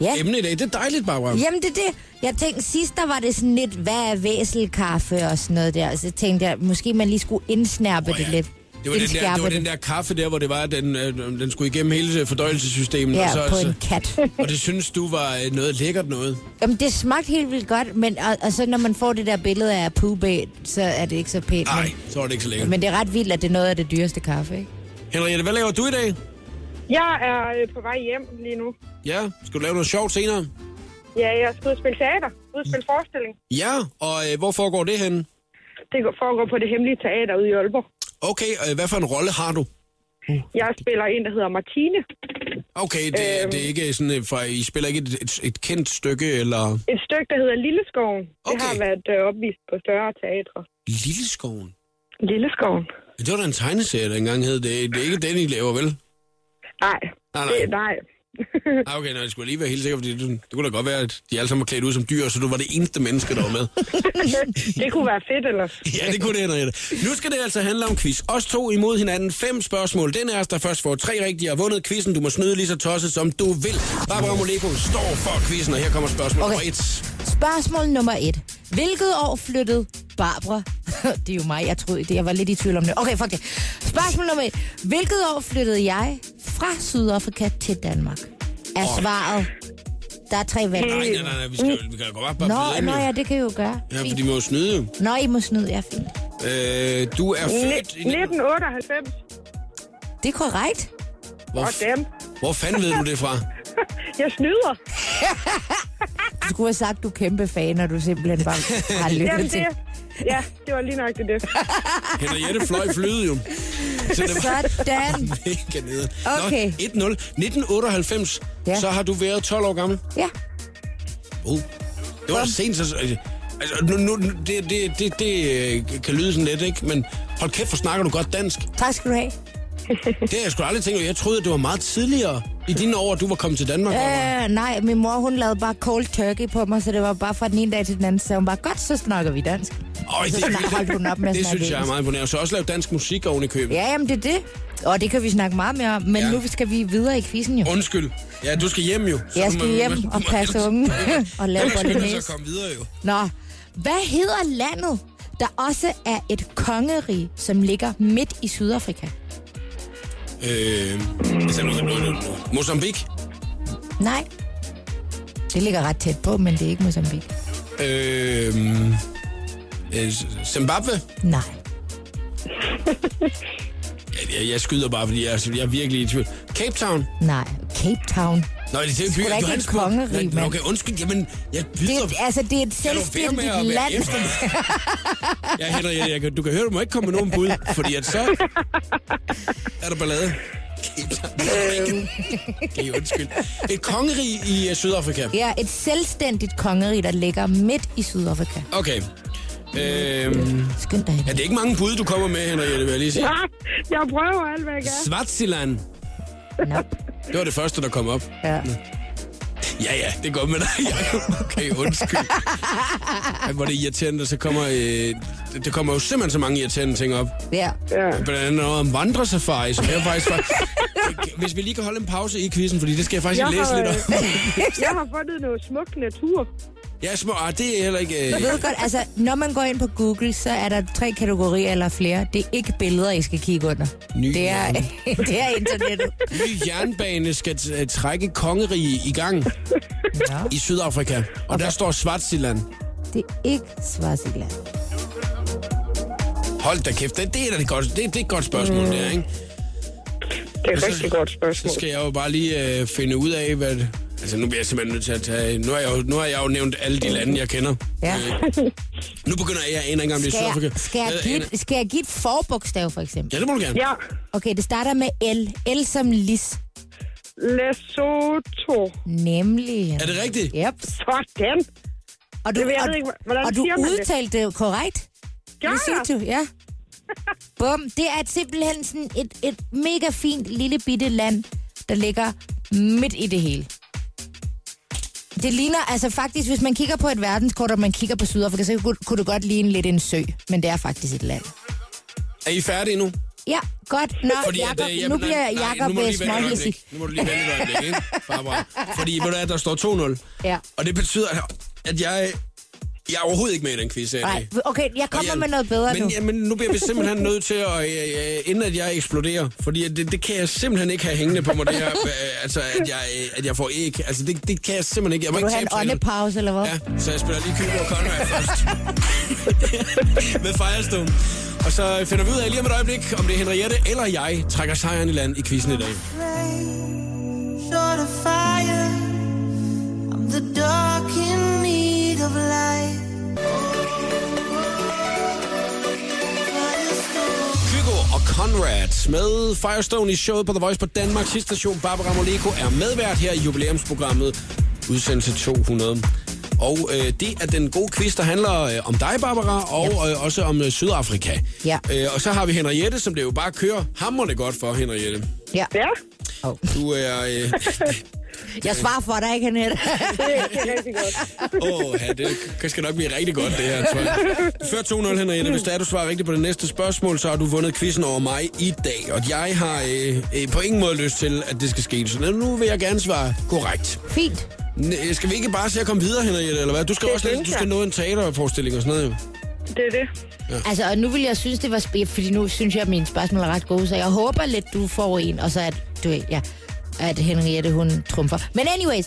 Ja.
emne i dag. Det er dejligt, Barbara.
Jamen det er det. Jeg tænkte, sidst der var det sådan lidt, hvad er væselkaffe og sådan noget der. Så tænkte jeg, måske man lige skulle indsnærpe oh,
Åh,
ja.
ja.
det lidt.
Det var, den der,
Indskærpe
det var den der kaffe der, hvor det var, at den, øh, den skulle igennem hele fordøjelsessystemet.
Ja,
og, så,
på
så,
en kat.
og det synes du var øh, noget lækkert noget.
Jamen, det smagte helt vildt godt, men og, og så når man får det der billede af Pooh Bear, så er det ikke så pænt.
Nej,
Men,
så var det ikke så lækkert.
men det er ret vildt, at det er noget af det dyreste kaffe, ikke?
Henriette, hvad laver du i dag?
Jeg er øh, på vej hjem lige nu.
Ja, skal du lave noget sjovt senere?
Ja, jeg skal ud og spille teater. Ud og
Mm.
spille forestilling.
Ja, og øh, hvor foregår det henne?
Det går- foregår på det hemmelige teater ude i Aalborg.
Okay, øh, hvad for en rolle har du?
Jeg spiller en, der hedder Martine.
Okay,
Øhm.
det, det er ikke sådan, øh, for I spiller ikke et, et, et kendt stykke, eller...
Et stykke, der hedder Lilleskoven. Okay. Det
Okay.
har været øh, opvist på større teatre.
Lilleskoven?
Lilleskoven?
Det var da en tegneserie, der engang hed. Det, det er ikke den, I laver, vel?
Nej.
Nej,
Det,
nej.
nej.
Ah, okay, nej, det skulle jeg lige være helt sikker, fordi det, det kunne da godt være, at de alle sammen var klædt ud som dyr, så du var det eneste menneske, der var med.
det kunne være fedt ellers.
ja, det kunne det, Henriette. Nu skal det altså handle om quiz. Os to imod hinanden. Fem spørgsmål. Den er os, der først får tre rigtige og har vundet quizzen. Du må snyde lige så tosset, som du vil. Barbara Moleko står for quizzen, og her kommer spørgsmål
Okay.
nummer et.
Spørgsmål nummer et. Hvilket år flyttede Barbara? det er jo mig, jeg troede det. Jeg var lidt i tvivl om det. Okay, fuck det. Spørgsmål nummer et. Hvilket år flyttede jeg fra fra Sydafrika til Danmark? Er
Åh.
svaret, der er tre valg.
Nej, nej, nej, nej, vi, skal, jo- vi kan jo godt bare
Nå,
byde ind,
nå
jo.
ja, det kan I jo gøre.
Ja, for
Fint.
de må jo snyde. jo.
Nå, I må snyde, ja, fint.
Øh, du er født...
Ni- 1998.
Det er korrekt.
Hvor,
Og dem.
hvor fanden ved du det fra?
Jeg snyder.
Du skulle have sagt, du er kæmpe fan, og du simpelthen bare har
Jamen
lyttet til.
det. Ja, det var lige nok det. det.
Henriette fløj flyet jo. Så det var
Sådan.
mega nede.
Okay.
Nå, 1-0. 1998,
Ja.
ja. så har du været 12 år gammel.
Ja,
Oh. Det var da sent, så... Altså, nu, nu, det, det, det, det øh, kan lyde sådan lidt, ikke? Men hold kæft, for snakker du godt dansk.
tak skal du have.
Det har jeg sgu aldrig tænkt over. Jeg troede, at det var meget tidligere i dine år, at du var kommet til Danmark. Øh.
Øh, nej, min mor, hun lavede bare cold turkey på mig, så det var bare fra den ene dag til den anden, så hun var godt, så snakker vi dansk.
Øj,
så
det,
snak- holdt hun op med at
det
snakke
synes jeg er
engelsk.
meget imponerende. Og så også lave dansk musik oven i købet. Ja.
Ja, jamen det er det. Og det kan vi snakke meget mere om, men
Ja.
ja. nu skal vi videre i quizzen jo.
Undskyld. Ja, du skal hjem jo. Så
Jeg
du
skal
må-
hjem
du må-
og
du må
passe
ellers-
ungen og lave
Ellers skal du
bolognese.
så komme videre jo.
Nå, hvad hedder landet, der også er et kongerige, som ligger midt i Sydafrika?
Øh, altså, nu- nu- nu- nu- Mozambique.
Nej. Det ligger ret tæt på, men det er ikke Mozambique.
Øh, øh, Zimbabwe.
Nej.
Jeg, jeg, jeg skyder bare, fordi jeg, jeg er virkelig i tvivl. Cape Town.
Nej. Cape Town.
Nå, det er
Sgu da
byen
ikke et
Johannesburg.
kongerige,
Nej,
mand.
Okay, undskyld. Jamen, jeg
Det
byder...
er, altså, det er et
Kan du være med
selvstændigt
at være
land.
efter mig? Ja, Henrik, jeg, jeg, kan- du kan høre, du må ikke komme med nogen bud, fordi at så er der ballade.
Øhm.
Okay, undskyld. Et kongerige i øh, Sydafrika.
Ja, et selvstændigt kongerige, der ligger midt i Sydafrika.
Okay. Øhm,
Skynd dig.
ja, det er ikke mange bud, du kommer med, Henriette, vil jeg lige sige.
Ah, jeg prøver alt, hvad jeg kan.
Svartsiland.
Nå.
Det var det første, der kom op.
Ja.
Ja, ja, det går med dig. Jacob. Okay, undskyld. Ej, hvor er det irriterende, så kommer... Øh, der kommer jo simpelthen så mange irriterende ting op.
ja.
Ja.
Blandt andet noget om vandresafari, som jeg faktisk var... Hvis vi lige kan holde en pause i quizzen, fordi det skal jeg faktisk
Jeg
jeg læse
har, øh,
lidt om.
jeg har fundet noget smuk natur.
Ja, små, ah, det er heller ikke... Øh,
Jeg ved godt, altså, når man går ind på Google, så er der tre kategorier eller flere. Det er ikke billeder, I skal kigge under.
Ny
det, er,
hjerne.
det er internettet.
ny jernbane skal t- øh, trække kongerige i gang
Nå.
i Sydafrika. Og der står Svartsiland.
Det er ikke Swaziland.
Hold da kæft, det, det er da et godt, det, det er et godt spørgsmål, mm. det er, ikke?
Det er et rigtig godt spørgsmål.
Så skal jeg jo bare lige øh, finde ud af, hvad... det- Altså, nu bliver jeg simpelthen nødt til at tage... Nu har jeg jo, nu har jeg jo nævnt alle de lande, jeg kender.
Ja.
Nu begynder jeg, jeg aner ikke engang, om det er
Skal
Sydafrika.
jeg, skal, jeg
Jeg
give,
aner-
et- skal jeg give et forbogstav, for eksempel?
Ja, det må du gerne.
Ja,
Okay, det starter med L. L som Lis.
Lesotho.
Nemlig.
Er det rigtigt?
Yep.
Sådan.
Og du,
Det ved jeg
og,
ikke, hvordan
og du
siger man det?
udtalte det korrekt?
Gør jeg?
Lesotho, ja. Bum. Det er simpelthen sådan et, et mega fint lille bitte land, der ligger midt i det hele. Det ligner, altså faktisk, hvis man kigger på et verdenskort, og man kigger på Sydafrika, så kunne, kunne det godt ligne lidt en sø, men det er faktisk et land.
Er I færdige nu?
Ja, godt. Nå, Fordi
at,
Jacob,
øh,
nu
jamen, nej,
bliver
nej,
Jacob øh,
nu må du lige vente et
småhæsig.
øjeblik. Nu må du lige vente et øjeblik, ikke? Barbara? Fordi ved du hvad, der står 2-0.
Ja.
Og det betyder, at jeg, jeg er overhovedet ikke med i den quiz her i
Nej,
dag.
okay, jeg
Og
kommer
jeg-
med noget bedre
Øh, men,
nu.
Ja, men nu bliver vi simpelthen nødt til, at, øh, øh, inden at jeg eksploderer, fordi at det, det kan jeg simpelthen ikke have hængende på mig, det her, øh, altså, at jeg, øh, at jeg får æg. Altså, det, det kan jeg simpelthen ikke. Jeg må
Vil du
ikke
have en
tabe til alle.
åndepause, eller hvad?
Ja, så jeg spiller lige Kygo og Conrad først. med Firestone. Og så finder vi ud af lige om et øjeblik, om det er Henriette eller jeg trækker sejren i land i quizzen i dag.
short of fire. I'm the dark in need of light.
Kygo og Conrad med Firestone i showet på The Voice på Danmarks station. Barbara Moleko er medvært her i jubilæumsprogrammet udsendelse 200. Og øh, det er den gode quiz, der handler øh, om dig, Barbara, og øh, også om øh, Sydafrika.
Ja.
Øh, og så har vi Henriette, som det jo bare kører hammerne godt for, Henriette.
Ja.
Ja,
Du er... Øh,
Jeg svarer for dig, ikke, Annette?
det er rigtig godt.
Åh, oh, ja, det skal nok blive rigtig godt, det her, tror jeg. Før 2-0, Henriette, hvis det er, du svarer rigtigt på det næste spørgsmål, så har du vundet quizzen over mig i dag. Og jeg har øh, øh, på ingen måde lyst til, at det skal ske. Så nu vil jeg gerne svare korrekt.
Fint.
N- skal vi ikke bare se at komme videre, Henriette, eller hvad? Du skal
Det
også
synes
du skal
jeg.
nå en teaterforestilling og sådan noget. jo.
Det er det.
Altså, og nu vil jeg synes, det var spændt, fordi nu synes jeg, at mine spørgsmål er ret gode, så jeg håber lidt, du får en, og så at du ved, ja, at Henriette, hun trumfer. Men anyways,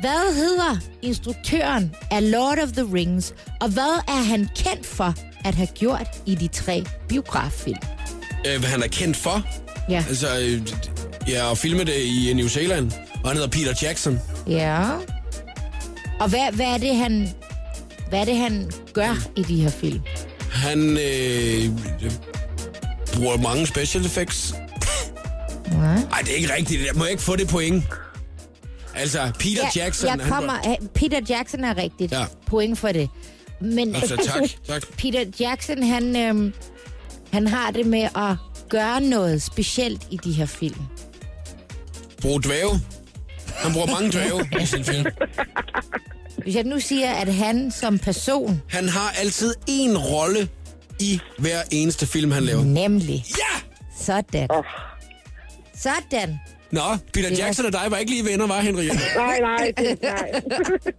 hvad hedder instruktøren af Lord of the Rings, og hvad er han kendt for at have gjort i de tre biograffilm?
Øh, hvad han er kendt for.
Ja.
Altså, øh, ja, og filme det i øh, New Zealand. Og han hedder Peter Jackson.
Ja. Og hvad, hvad er det, han... Hvad er det, han gør i de her film?
Han øh, øh, bruger mange special effects.
Ja.
Ej, det er ikke rigtigt. Jeg må ikke få det point. Altså, Peter Jackson...
Jeg kommer,
Han,
han, Peter Jackson er rigtigt.
Ja.
Ja. Point for det. Men
altså, tak, tak.
Peter Jackson, han, øhm, han har det med at gøre noget specielt i de her film.
Brug dvæve. Han bruger mange dvæve i sin film.
Hvis jeg nu siger, at han som person,
Han har altid én rolle i hver eneste film, han laver.
nemlig
Ja!
sådan.
Åh.
Sådan.
Nå, Peter
Ja.
Jackson og dig var ikke lige venner, var Henriette?
Nej, nej, det, nej.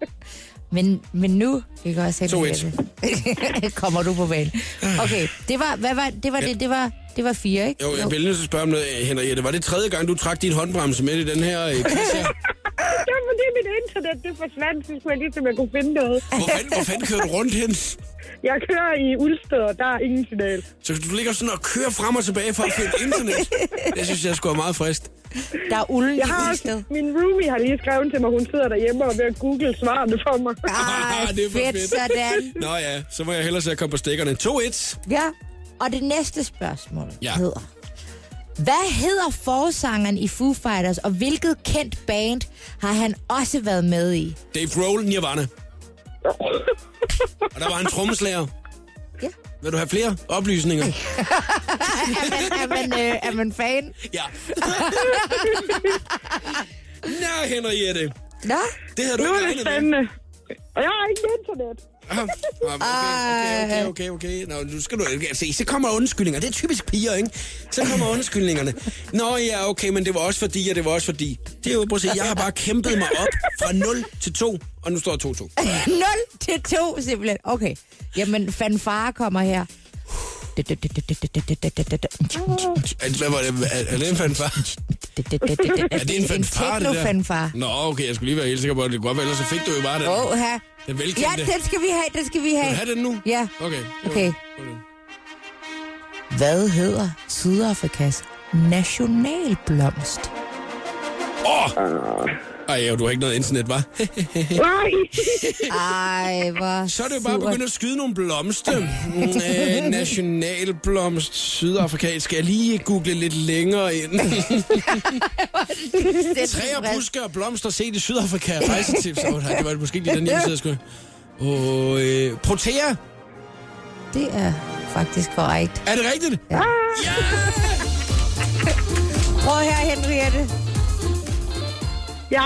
Men, men nu, ikke også helt
2-1.
det. kommer du på banen. Okay, det var, hvad var, det var det, det var, det var fire, ikke?
Jo, jeg bliver nødt til at spørge om noget, øh, Henriette. Var det tredje gang, du trak din håndbremse med i den her øh, quiz her?
Det var fordi mit internet det forsvandt, så skulle jeg lige til, at jeg kunne finde noget.
Hvor fanden, hvor fanden kører du rundt hen?
Jeg kører i Ulsted, og der er ingen signal.
Så du ligger sådan og kører frem og tilbage for at finde internet. Det synes jeg skulle meget frist.
Der er ulden i
Jeg har også,
Ah,
Ulsted.
min roomie har lige skrevet til mig, hun sidder derhjemme og er ved at google svarene for mig.
Ah,
Det er for fedt.
fedt, sådan.
Nå ja, så må jeg hellere se at komme på stikkerne. 2-1.
Ja. Og det næste spørgsmål
Ja.
ja. hedder... Hvad hedder forsangeren i Foo Fighters, og hvilket kendt band har han også været med i?
Dave Grohl, Nirvana. Og der var en trommeslager.
Ja.
Vil du have flere oplysninger?
Er man, øh, er man fan?
Ja. Nå, Henriette.
Nå?
Det havde du
Nu
ikke
er
regnet med.
det spændende. Og jeg har ikke internet.
Ah, Okay, okay, okay, okay. okay. Nå, nu skal du okay, se. Så kommer undskyldninger. Det er typisk piger, ikke? Så kommer undskyldningerne. Nå ja, okay, men det var også fordi, og det var også fordi. Det er jo, prøv at se, jeg har bare kæmpet mig op fra 0 til 2, og nu står jeg 2-2.
0 til 2 simpelthen. Okay. Jamen, fanfare kommer her.
At- Hvad var det? Er, er det en fanfare? Er det en fanfare, det der?
teknofanfare.
Nå, okay, jeg skulle lige være helt sikker på, at det kunne godt være, ellers så fik du jo bare den.
Åh, her.
Den
Ja,
velkendte.
den skal vi have, den skal vi
Vil
have.
du have den nu?
Ja.
Okay.
Okay. Hvad hedder Sydafrikas nationalblomst?
Åh! Oh! Ej, ja, du har ikke noget internet, var?
Nej,
Ej, hvor
Så er det jo bare
surt.
begyndt at skyde nogle blomster. Mm, øh, nationalblomst Sydafrika. Skal jeg lige google lidt længere ind? Træer, buske og blomster set i Sydafrika. Rejsetips. Åh, nej, det var måske ikke lige den hjemmeside, jeg skulle... Og, øh, Protea,
Det er faktisk korrekt.
er det rigtigt? Ja.
Prøv her, Henriette.
ja.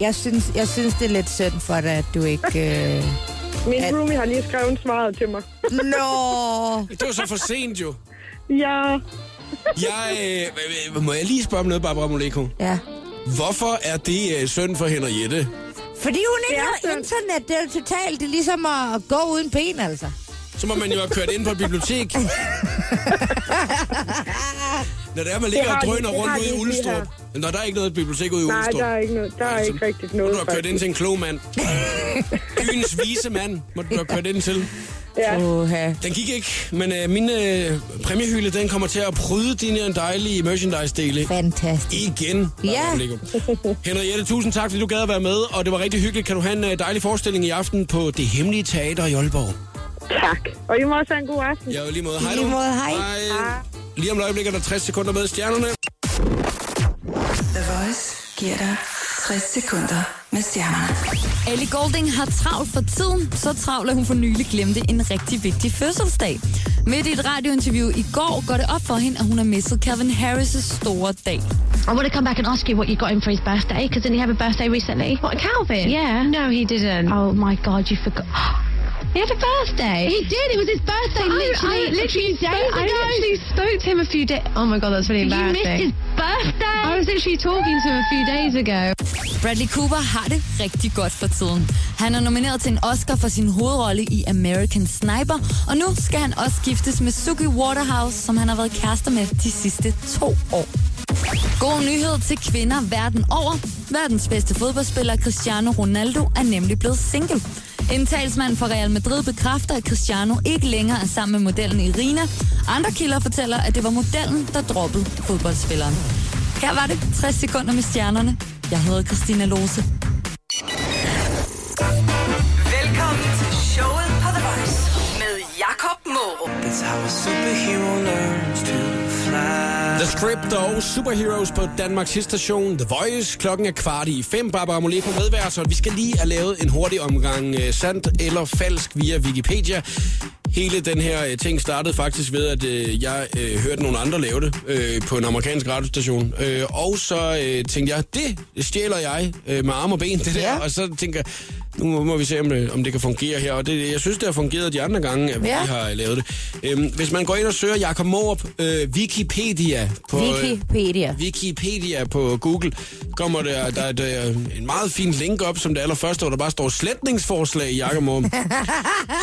Jeg synes, jeg synes det er lidt synd for dig, at du ikke... Øh...
Min
At-
roomie har lige skrevet svaret til mig.
Nå!
Det var så for sent jo.
Ja,
Jeg, øh, øh, må jeg lige spørge om noget, Barbara Moleko?
Ja.
Hvorfor er det øh, synd for Henriette?
Fordi hun ikke
Det er
har
synd.
internet. Det er jo totalt det er ligesom at at gå uden ben, altså.
Så må man jo have kørt ind på et bibliotek. Når det er, man ligger
har
og
de-
drøner
det
rundt
har
ude
de
i
ikke
Ulstrup. Når der er ikke noget bibliotek ude i
nej,
Ulstrup.
der er ikke, noget, der er
Altså,
ikke rigtigt
Må
noget.
du have kørt ind
faktisk.
til en klog mand. Byens vise mand må du have kørt ind til.
Ja.
Oha.
Den gik ikke, men øh, min øh, præmiehylde, den kommer til at pryde din her dejlige merchandise-dele.
Fantastisk.
Igen.
Ja.
Lego. Henriette, tusind tak, fordi du gad at være med, og det var rigtig hyggeligt. Kan du have en øh, dejlig forestilling i aften på Det Hemmelige Teater i Aalborg?
Tak. Og I må også have en god aften.
Ja, i lige måde. Hej
I
nu.
lige måde. Hej.
Hej. Lige om et øjeblik er der 60 sekunder med stjernerne.
The Voice giver dig 60 sekunder med stjernerne.
Ali Golding har travlt for tiden, så travlt, at hun for nylig glemte en rigtig vigtig fødselsdag. Midt i et radiointerview i går går det op for hende, at hun har misset Calvin Harris' store dag.
I want to come back and ask you what you got him for his birthday, because didn't he have a birthday recently? What, Calvin? Yeah. No, he didn't. Oh my God, you forgot. He had a birthday. He did. It was his birthday. literally, literally days ago. I actually spoke to him a few days. er Oh my God, that's really embarrassing. You missed his birthday. I was literally talking to him a few days ago.
Bradley Cooper har det rigtig godt for tiden. Han er nomineret til en Oscar for sin hovedrolle i American Sniper, og nu skal han også giftes med Suki Waterhouse, som han har været kærester med de sidste to år. God nyhed til kvinder verden over. Verdens bedste fodboldspiller Cristiano Ronaldo er nemlig blevet single. En talsmand for Real Madrid bekræfter, at Cristiano ikke længere er sammen med modellen Irina. Andre kilder fortæller, at det var modellen, der droppede fodboldspilleren. Her var det 60 sekunder med stjernerne. Jeg hedder Christina Lose.
Velkommen til showet på The Voice med Jakob Morup.
That's how a superhero learns to fly.
The Script og Superheroes på Danmarks hitstation The Voice. Klokken er kvart i fem. Barbara Moleko medværer, så vi skal lige have lavet en hurtig omgang øh, sandt eller falsk via Wikipedia. Hele den her øh, ting startede faktisk ved, at øh, jeg øh, hørte nogle andre lave det øh, på en amerikansk radiostation. Øh, og så øh, tænkte jeg, det stjæler jeg øh, med arme og ben, det der.
Ja.
Og så tænker jeg, nu må vi se, om det, om det kan fungere her. Og det, jeg synes, det har fungeret de andre gange, at vi
Ja.
har lavet det. Øhm, hvis man går ind og søger Jakob Morup, øh, Wikipedia på, øh,
Wikipedia.
Wikipedia på Google, kommer der, der er et, øh, en meget fin link op, som det allerførste, hvor der bare står slætningsforslag i Jakob Morup.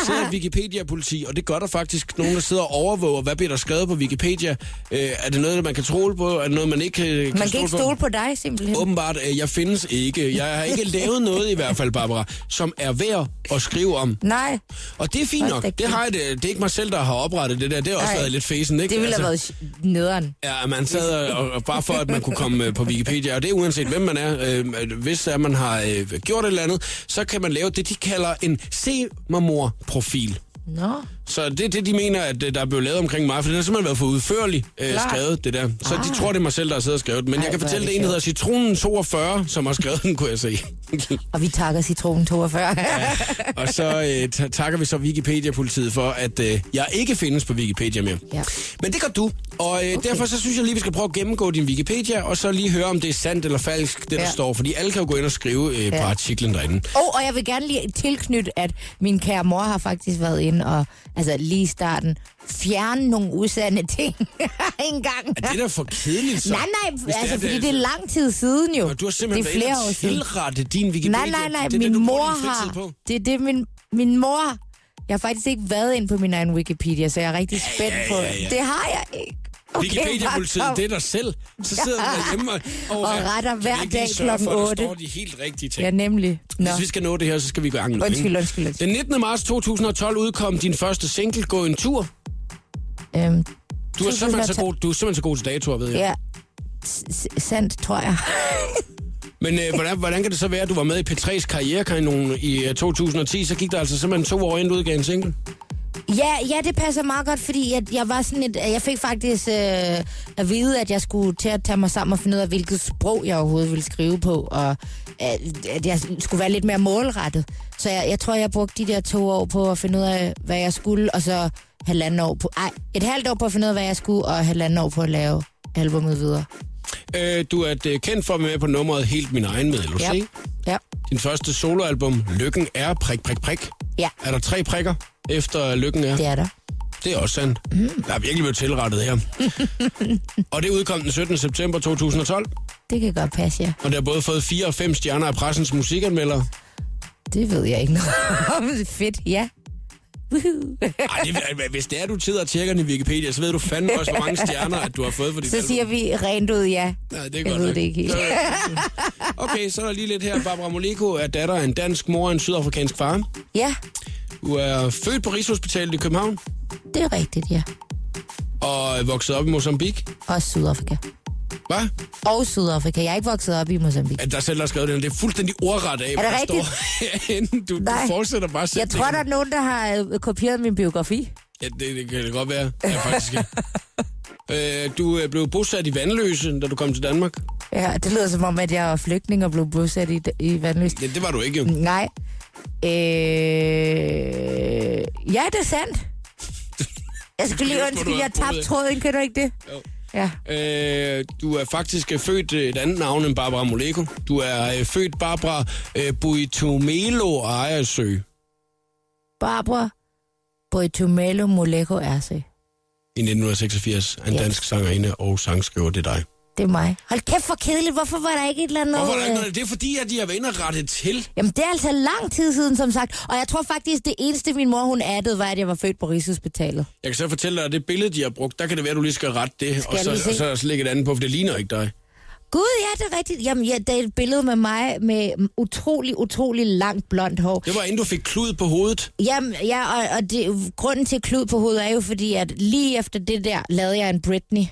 Så er Wikipedia-politi, og det gør der faktisk nogen, der sidder og overvåger, hvad bliver der skrevet på Wikipedia. Øh, er det noget, man kan tro på? Er det noget, man ikke kan, kan
Man kan ikke
på?
stole på dig, simpelthen.
Åbenbart, øh, jeg findes ikke. Jeg har ikke lavet noget i hvert fald, Barbara, som er værd at skrive om.
Nej,
Og det er fint
Hold
nok.
da
Det, har jeg, det, det er ikke mig selv, der har oprettet det der. Det har også
Nej.
været lidt fæsen, ikke? Altså-
det ville have været nederen.
Ja, man sad og, og bare for, at man kunne komme øh, på Wikipedia, og det er uanset hvem man er. Øh, at hvis er, man har øh, gjort et eller andet, så kan man lave det, de kalder en se mig mor profil
Nå.
Så det er det, de mener, at øh, der er blevet lavet omkring mig, for den har simpelthen været for udførlig øh,
Klart.
skrevet, det der. Så ah. de tror, det er mig selv, der har siddet og skrevet den. Men Ej, jeg
Ej,
kan
hvor er
fortælle,
det
det en, der hedder Citronen42, som har skrevet den, kunne jeg se.
Og vi takker citronen 42.
og så øh, ta- takker vi så Wikipedia-politiet for, at øh, jeg ikke findes på Wikipedia mere.
Ja.
Men det gør du, og øh, okay. derfor så synes jeg lige, vi skal prøve at gennemgå din Wikipedia, og så lige høre, om det er sandt eller falsk, det der
Ja.
står. Fordi alle kan jo gå ind og skrive øh, på
Ja.
artiklen derinde.
Og, og jeg vil gerne lige tilknytte, at min kære mor har faktisk været inde og, altså lige i starten, fjerne nogle usande ting en gang.
Det er da for kedeligt, så.
Nej, nej,
Hvis
altså, fordi det er lang tid siden jo.
Og du har simpelthen
det er flere
været
år
inde og
siden.
tilrette din Wikipedia.
Nej, nej, nej,
det er
min
det, du
mor
bruger din fritid
har...
På.
Det er det, min, min mor... Jeg har faktisk ikke været ind på min egen Wikipedia, så jeg er rigtig spændt
ja,
på...
ja, ja.
Det har jeg ikke.
Okay, Wikipedia-politiet,
Jacob.
det er dig selv. Så sidder du derhjemme og,
Og retter hver
Kan vi ikke
dag
lige sørge for,
klokken
at der står
otte?
de helt rigtige ting.
Ja, nemlig. Nå.
Hvis vi skal nå det her, så skal vi gå i gang nu.
Undskyld,
ikke?
undskyld, undskyld.
Den 19. marts 2012 udkom din første single, Gå en tur.
Øhm,
Du er simpelthen så
2012.
god, du er simpelthen så god til datoer, ved jeg.
ja, S- s- sandt, tror jeg.
Men øh, hvordan, hvordan kan det så være, at du var med i P3's karrierekanonen i øh, 2010? Så gik der altså simpelthen to år inden du udgav en single.
Ja, ja, det passer meget godt, fordi jeg, jeg var sådan et, jeg fik faktisk øh, at vide, at jeg skulle til at tage mig sammen og finde ud af, hvilket sprog jeg overhovedet ville skrive på, og at, at jeg skulle være lidt mere målrettet. Så jeg, jeg tror, jeg brugte de der to år på at finde ud af, hvad jeg skulle, og så halvanden år på, ej, et halvt år på at finde ud af, hvad jeg skulle, og halvanden år på at lave albumet videre.
Øh, du er øh, kendt for at være med på nummeret Helt Min Egen med LOC.
Ja. Ja.
Din første soloalbum, Lykken er prik, prik, prik.
Ja.
Er der tre prikker efter Lykken er?
Det er der.
Det er også sandt. Mm. Der er virkelig blevet tilrettet her. og det udkom den 17. september 2012,
Det kan godt passe, ja.
og det har både fået 4 og 5 stjerner af pressens musikanmeldere.
Det ved jeg ikke noget om. Fedt, ja. Woohoo.
Ej, det, hvis det er, du tider og tjekker den i Wikipedia, så ved du fandme også, hvor mange stjerner, at du har fået for dit
Så
album.
siger vi rent ud ja.
Nej, det er
jeg
godt
ved
nok.
det ikke helt.
Okay, så er der lige lidt her. Barbara Moleko er datter af en dansk mor og en sydafrikansk far.
Ja,
Du er født på Rigshospitalet i København
det er rigtigt, ja.
og er vokset op i Mozambique.
Også Sydafrika.
Hvad?
Og Sydafrika. Jeg er ikke vokset op i Mozambique.
At der selv der har skrevet det, det er fuldstændig ordret af,
Er det
hvad der
rigtigt?
står herinde. Du, du
Nej.
fortsætter bare
Jeg
sætningen.
tror, der er nogen, der har øh, kopieret min biografi.
Ja, det, det kan det godt være. Ja, faktisk. ja. øh, du øh, blev bosat i Vandløse, da du kom til Danmark.
Ja, det lyder som om, at jeg var flygtning og blev bosat i, i Vandløs.
Ja, det var du ikke jo.
Nej. Øh... Ja, det er sandt. Jeg skulle lige
Det skulle du
undskylde,
have
jeg tabte
prøvet.
tråden, kan du ikke det?
Jo.
Ja.
Øh, du er faktisk øh, født øh, et andet navn end Barbara Moleko. Du er øh, født Barbara øh, Buitumelo Ejersø.
Barbara Boitumelo Moleko RC.
I 1986 er en
Ja.
dansk sangerinde og sangskriver, det er dig.
Det er mig. Hold kæft, for kedeligt. Hvorfor var der ikke et eller andet...
Hvorfor er der ikke
øh,
noget? Det er fordi, at de har været inde og rette til.
Jamen, det er altså lang tid siden, som sagt. Og jeg tror faktisk, det eneste, min mor hun addede, var, at jeg var født på Rigshospitalet.
Jeg kan så fortælle dig, at det billede, de har brugt, der kan det være, at du lige skal rette det, og
jeg
så,
lige se?
og så lægge et andet på, for det ligner ikke dig.
Gud, ja, det er rigtigt. Jamen, ja, det er et billede med mig med utrolig, utrolig langt blondt hår.
Det var inden du fik klud på hovedet.
Jamen, ja, og, og det, grunden til klud på hovedet er jo fordi, at lige efter det der, lavede jeg en Britney.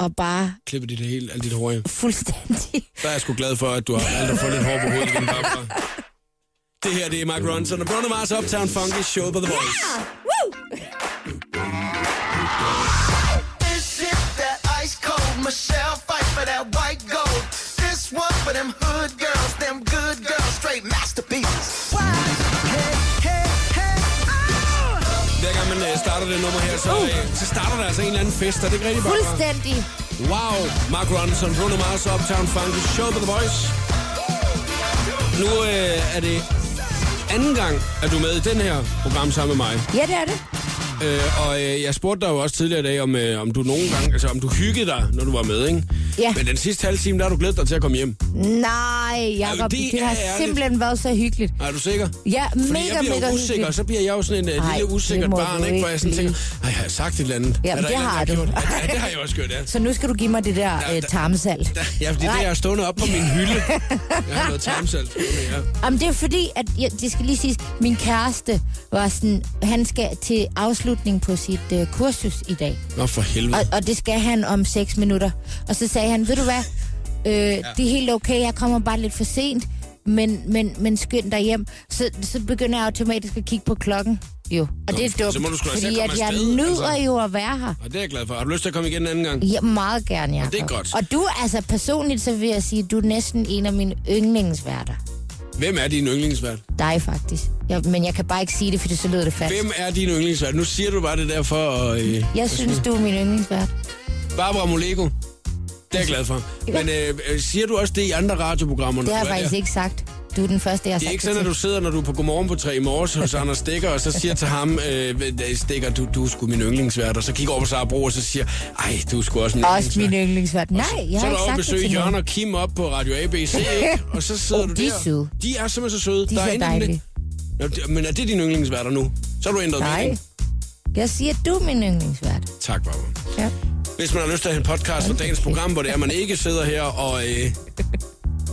Og bare
Klippe dit hele, alt dit hår af.
fuldstændig...
Der er jeg sgu glad for, at du har aldrig fået lidt hår på hovedet igen, Barbara. Det her, det er Mark Ronson og Bruno Mars Uptown Funky Show på The Voice.
This is that ice cold Michelle fight for that white gold. This one for them hood girls, them good girls, straight masterpieces. Why? Hey, hey, hey, ah!
Hver gang man øh, starter det nummer her, så, øh, så starter der altså en eller anden fest, er det ikke rigtigt, Barbara?
Fuldstændig.
Wow, Mark Ronson, Bruno Mars, Uptown Funky, Show på The Voice. Nu øh, er det anden gang, at du er med i den her program sammen med mig.
Ja, det er det.
Øh, og øh, jeg spurgte dig jo også tidligere i dag, om, øh, om du nogle gange, altså om du hyggede dig, når du var med, ikke?
Ja.
Men den sidste halve time, der har du glædet dig til at komme hjem.
Nej, Jacob,
Altså, det
det,
er
har
ærligt.
simpelthen været så hyggeligt.
Er du sikker?
Ja,
Fordi
mega,
jeg bliver
mega
jo usikker, og
hyggeligt.
så bliver jeg jo sådan en uh,
Ej,
lille
det
usikkert
må
barn,
du
ikke? Hvor jeg sådan
ikke
tænker, ej, har jeg sagt et eller andet?
Jamen,
er der
det
et
har
eller andet, jeg
du.
gjort? Ja, det har jeg også gjort, ja.
Så nu skal du give mig det der
Der-
øh,
der-
tarmsalt.
Ja, fordi det
Nej.
er stående op på min hylde. Jeg har noget tarmsalt. stående, Ja.
Jamen, det er fordi, at jeg, det skal lige siges, min kæreste var sådan, han skal til afslutning på sit øh, kursus i dag.
Nå, for helvede.
Og, og det skal han om 6 minutter. Og så sagde han, ved du hvad, øh, ja. det er helt okay, jeg kommer bare lidt for sent, men, men, men skynd dig hjem. Så, så begynder jeg automatisk at kigge på klokken. Jo, og Nå, det er
så
dumt,
må du sgu da selv
fordi
komme
at jeg
afsted,
nyder
altså.
jo at være her.
Og det er jeg glad for. Har du lyst til at komme igen en anden gang?
Ja, meget gerne, Jacob.
det er godt.
Og du, altså personligt, så vil jeg sige, du er næsten en af mine yndlingsværter.
Hvem er din yndlingsvært?
Dig faktisk. Jeg, men jeg kan bare ikke sige det, fordi så lyder det fast.
Hvem er din yndlingsvært? Nu siger du bare det der for at... Øh,
Jeg synes, du er min yndlingsvært.
Barbara Molego. Det er jeg glad for. Men øh, øh, siger du også det i andre radioprogrammer? når
Det har jeg
du er
faktisk
der?
ikke sagt. Du er den første, jeg har
Det er
sagt
ikke sådan, at
til.
du sidder, når du er på Godmorgen på 3 i morges hos Anders Stikker, og så siger til ham, øh, øh, Stikker, du, du er sgu min yndlingsvært, og så kigger over på Sara Bro, og så siger, ej, du er sgu også min
Også min yndlingsvært. Nej, jeg
så
har
er
ikke
der over
sagt det
besøg
til
Jørgen
nogen.
og Kim op på Radio ABC, ikke? og så sidder
Oh,
du
de er
der.
søde.
De er simpelthen så søde.
De
Der
er så
ingen-
dejlige.
Nå, det- Men er det din yndlingsværter nu? Så har du ændret
Nej.
mening.
Jeg siger, du er min yndlingsvært.
Tak, Barbara.
Ja.
Hvis man har lyst til at have en podcast for dagens program, hvor det er, man ikke sidder her og... Øh,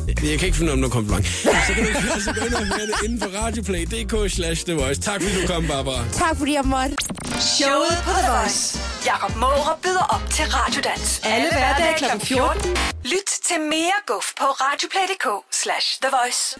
jeg kan ikke finde ud af, om der er kompliment. Så kan du altså gå ind og høre det inde på radioplay.dk slash The Voice. Tak fordi du kom, Barbara.
Tak fordi jeg måtte.
Showet på The Voice. Jakob Måre byder op til Radiodans. Alle hverdage kl. 14. Lyt til mere guf på radioplay.dk slash The Voice.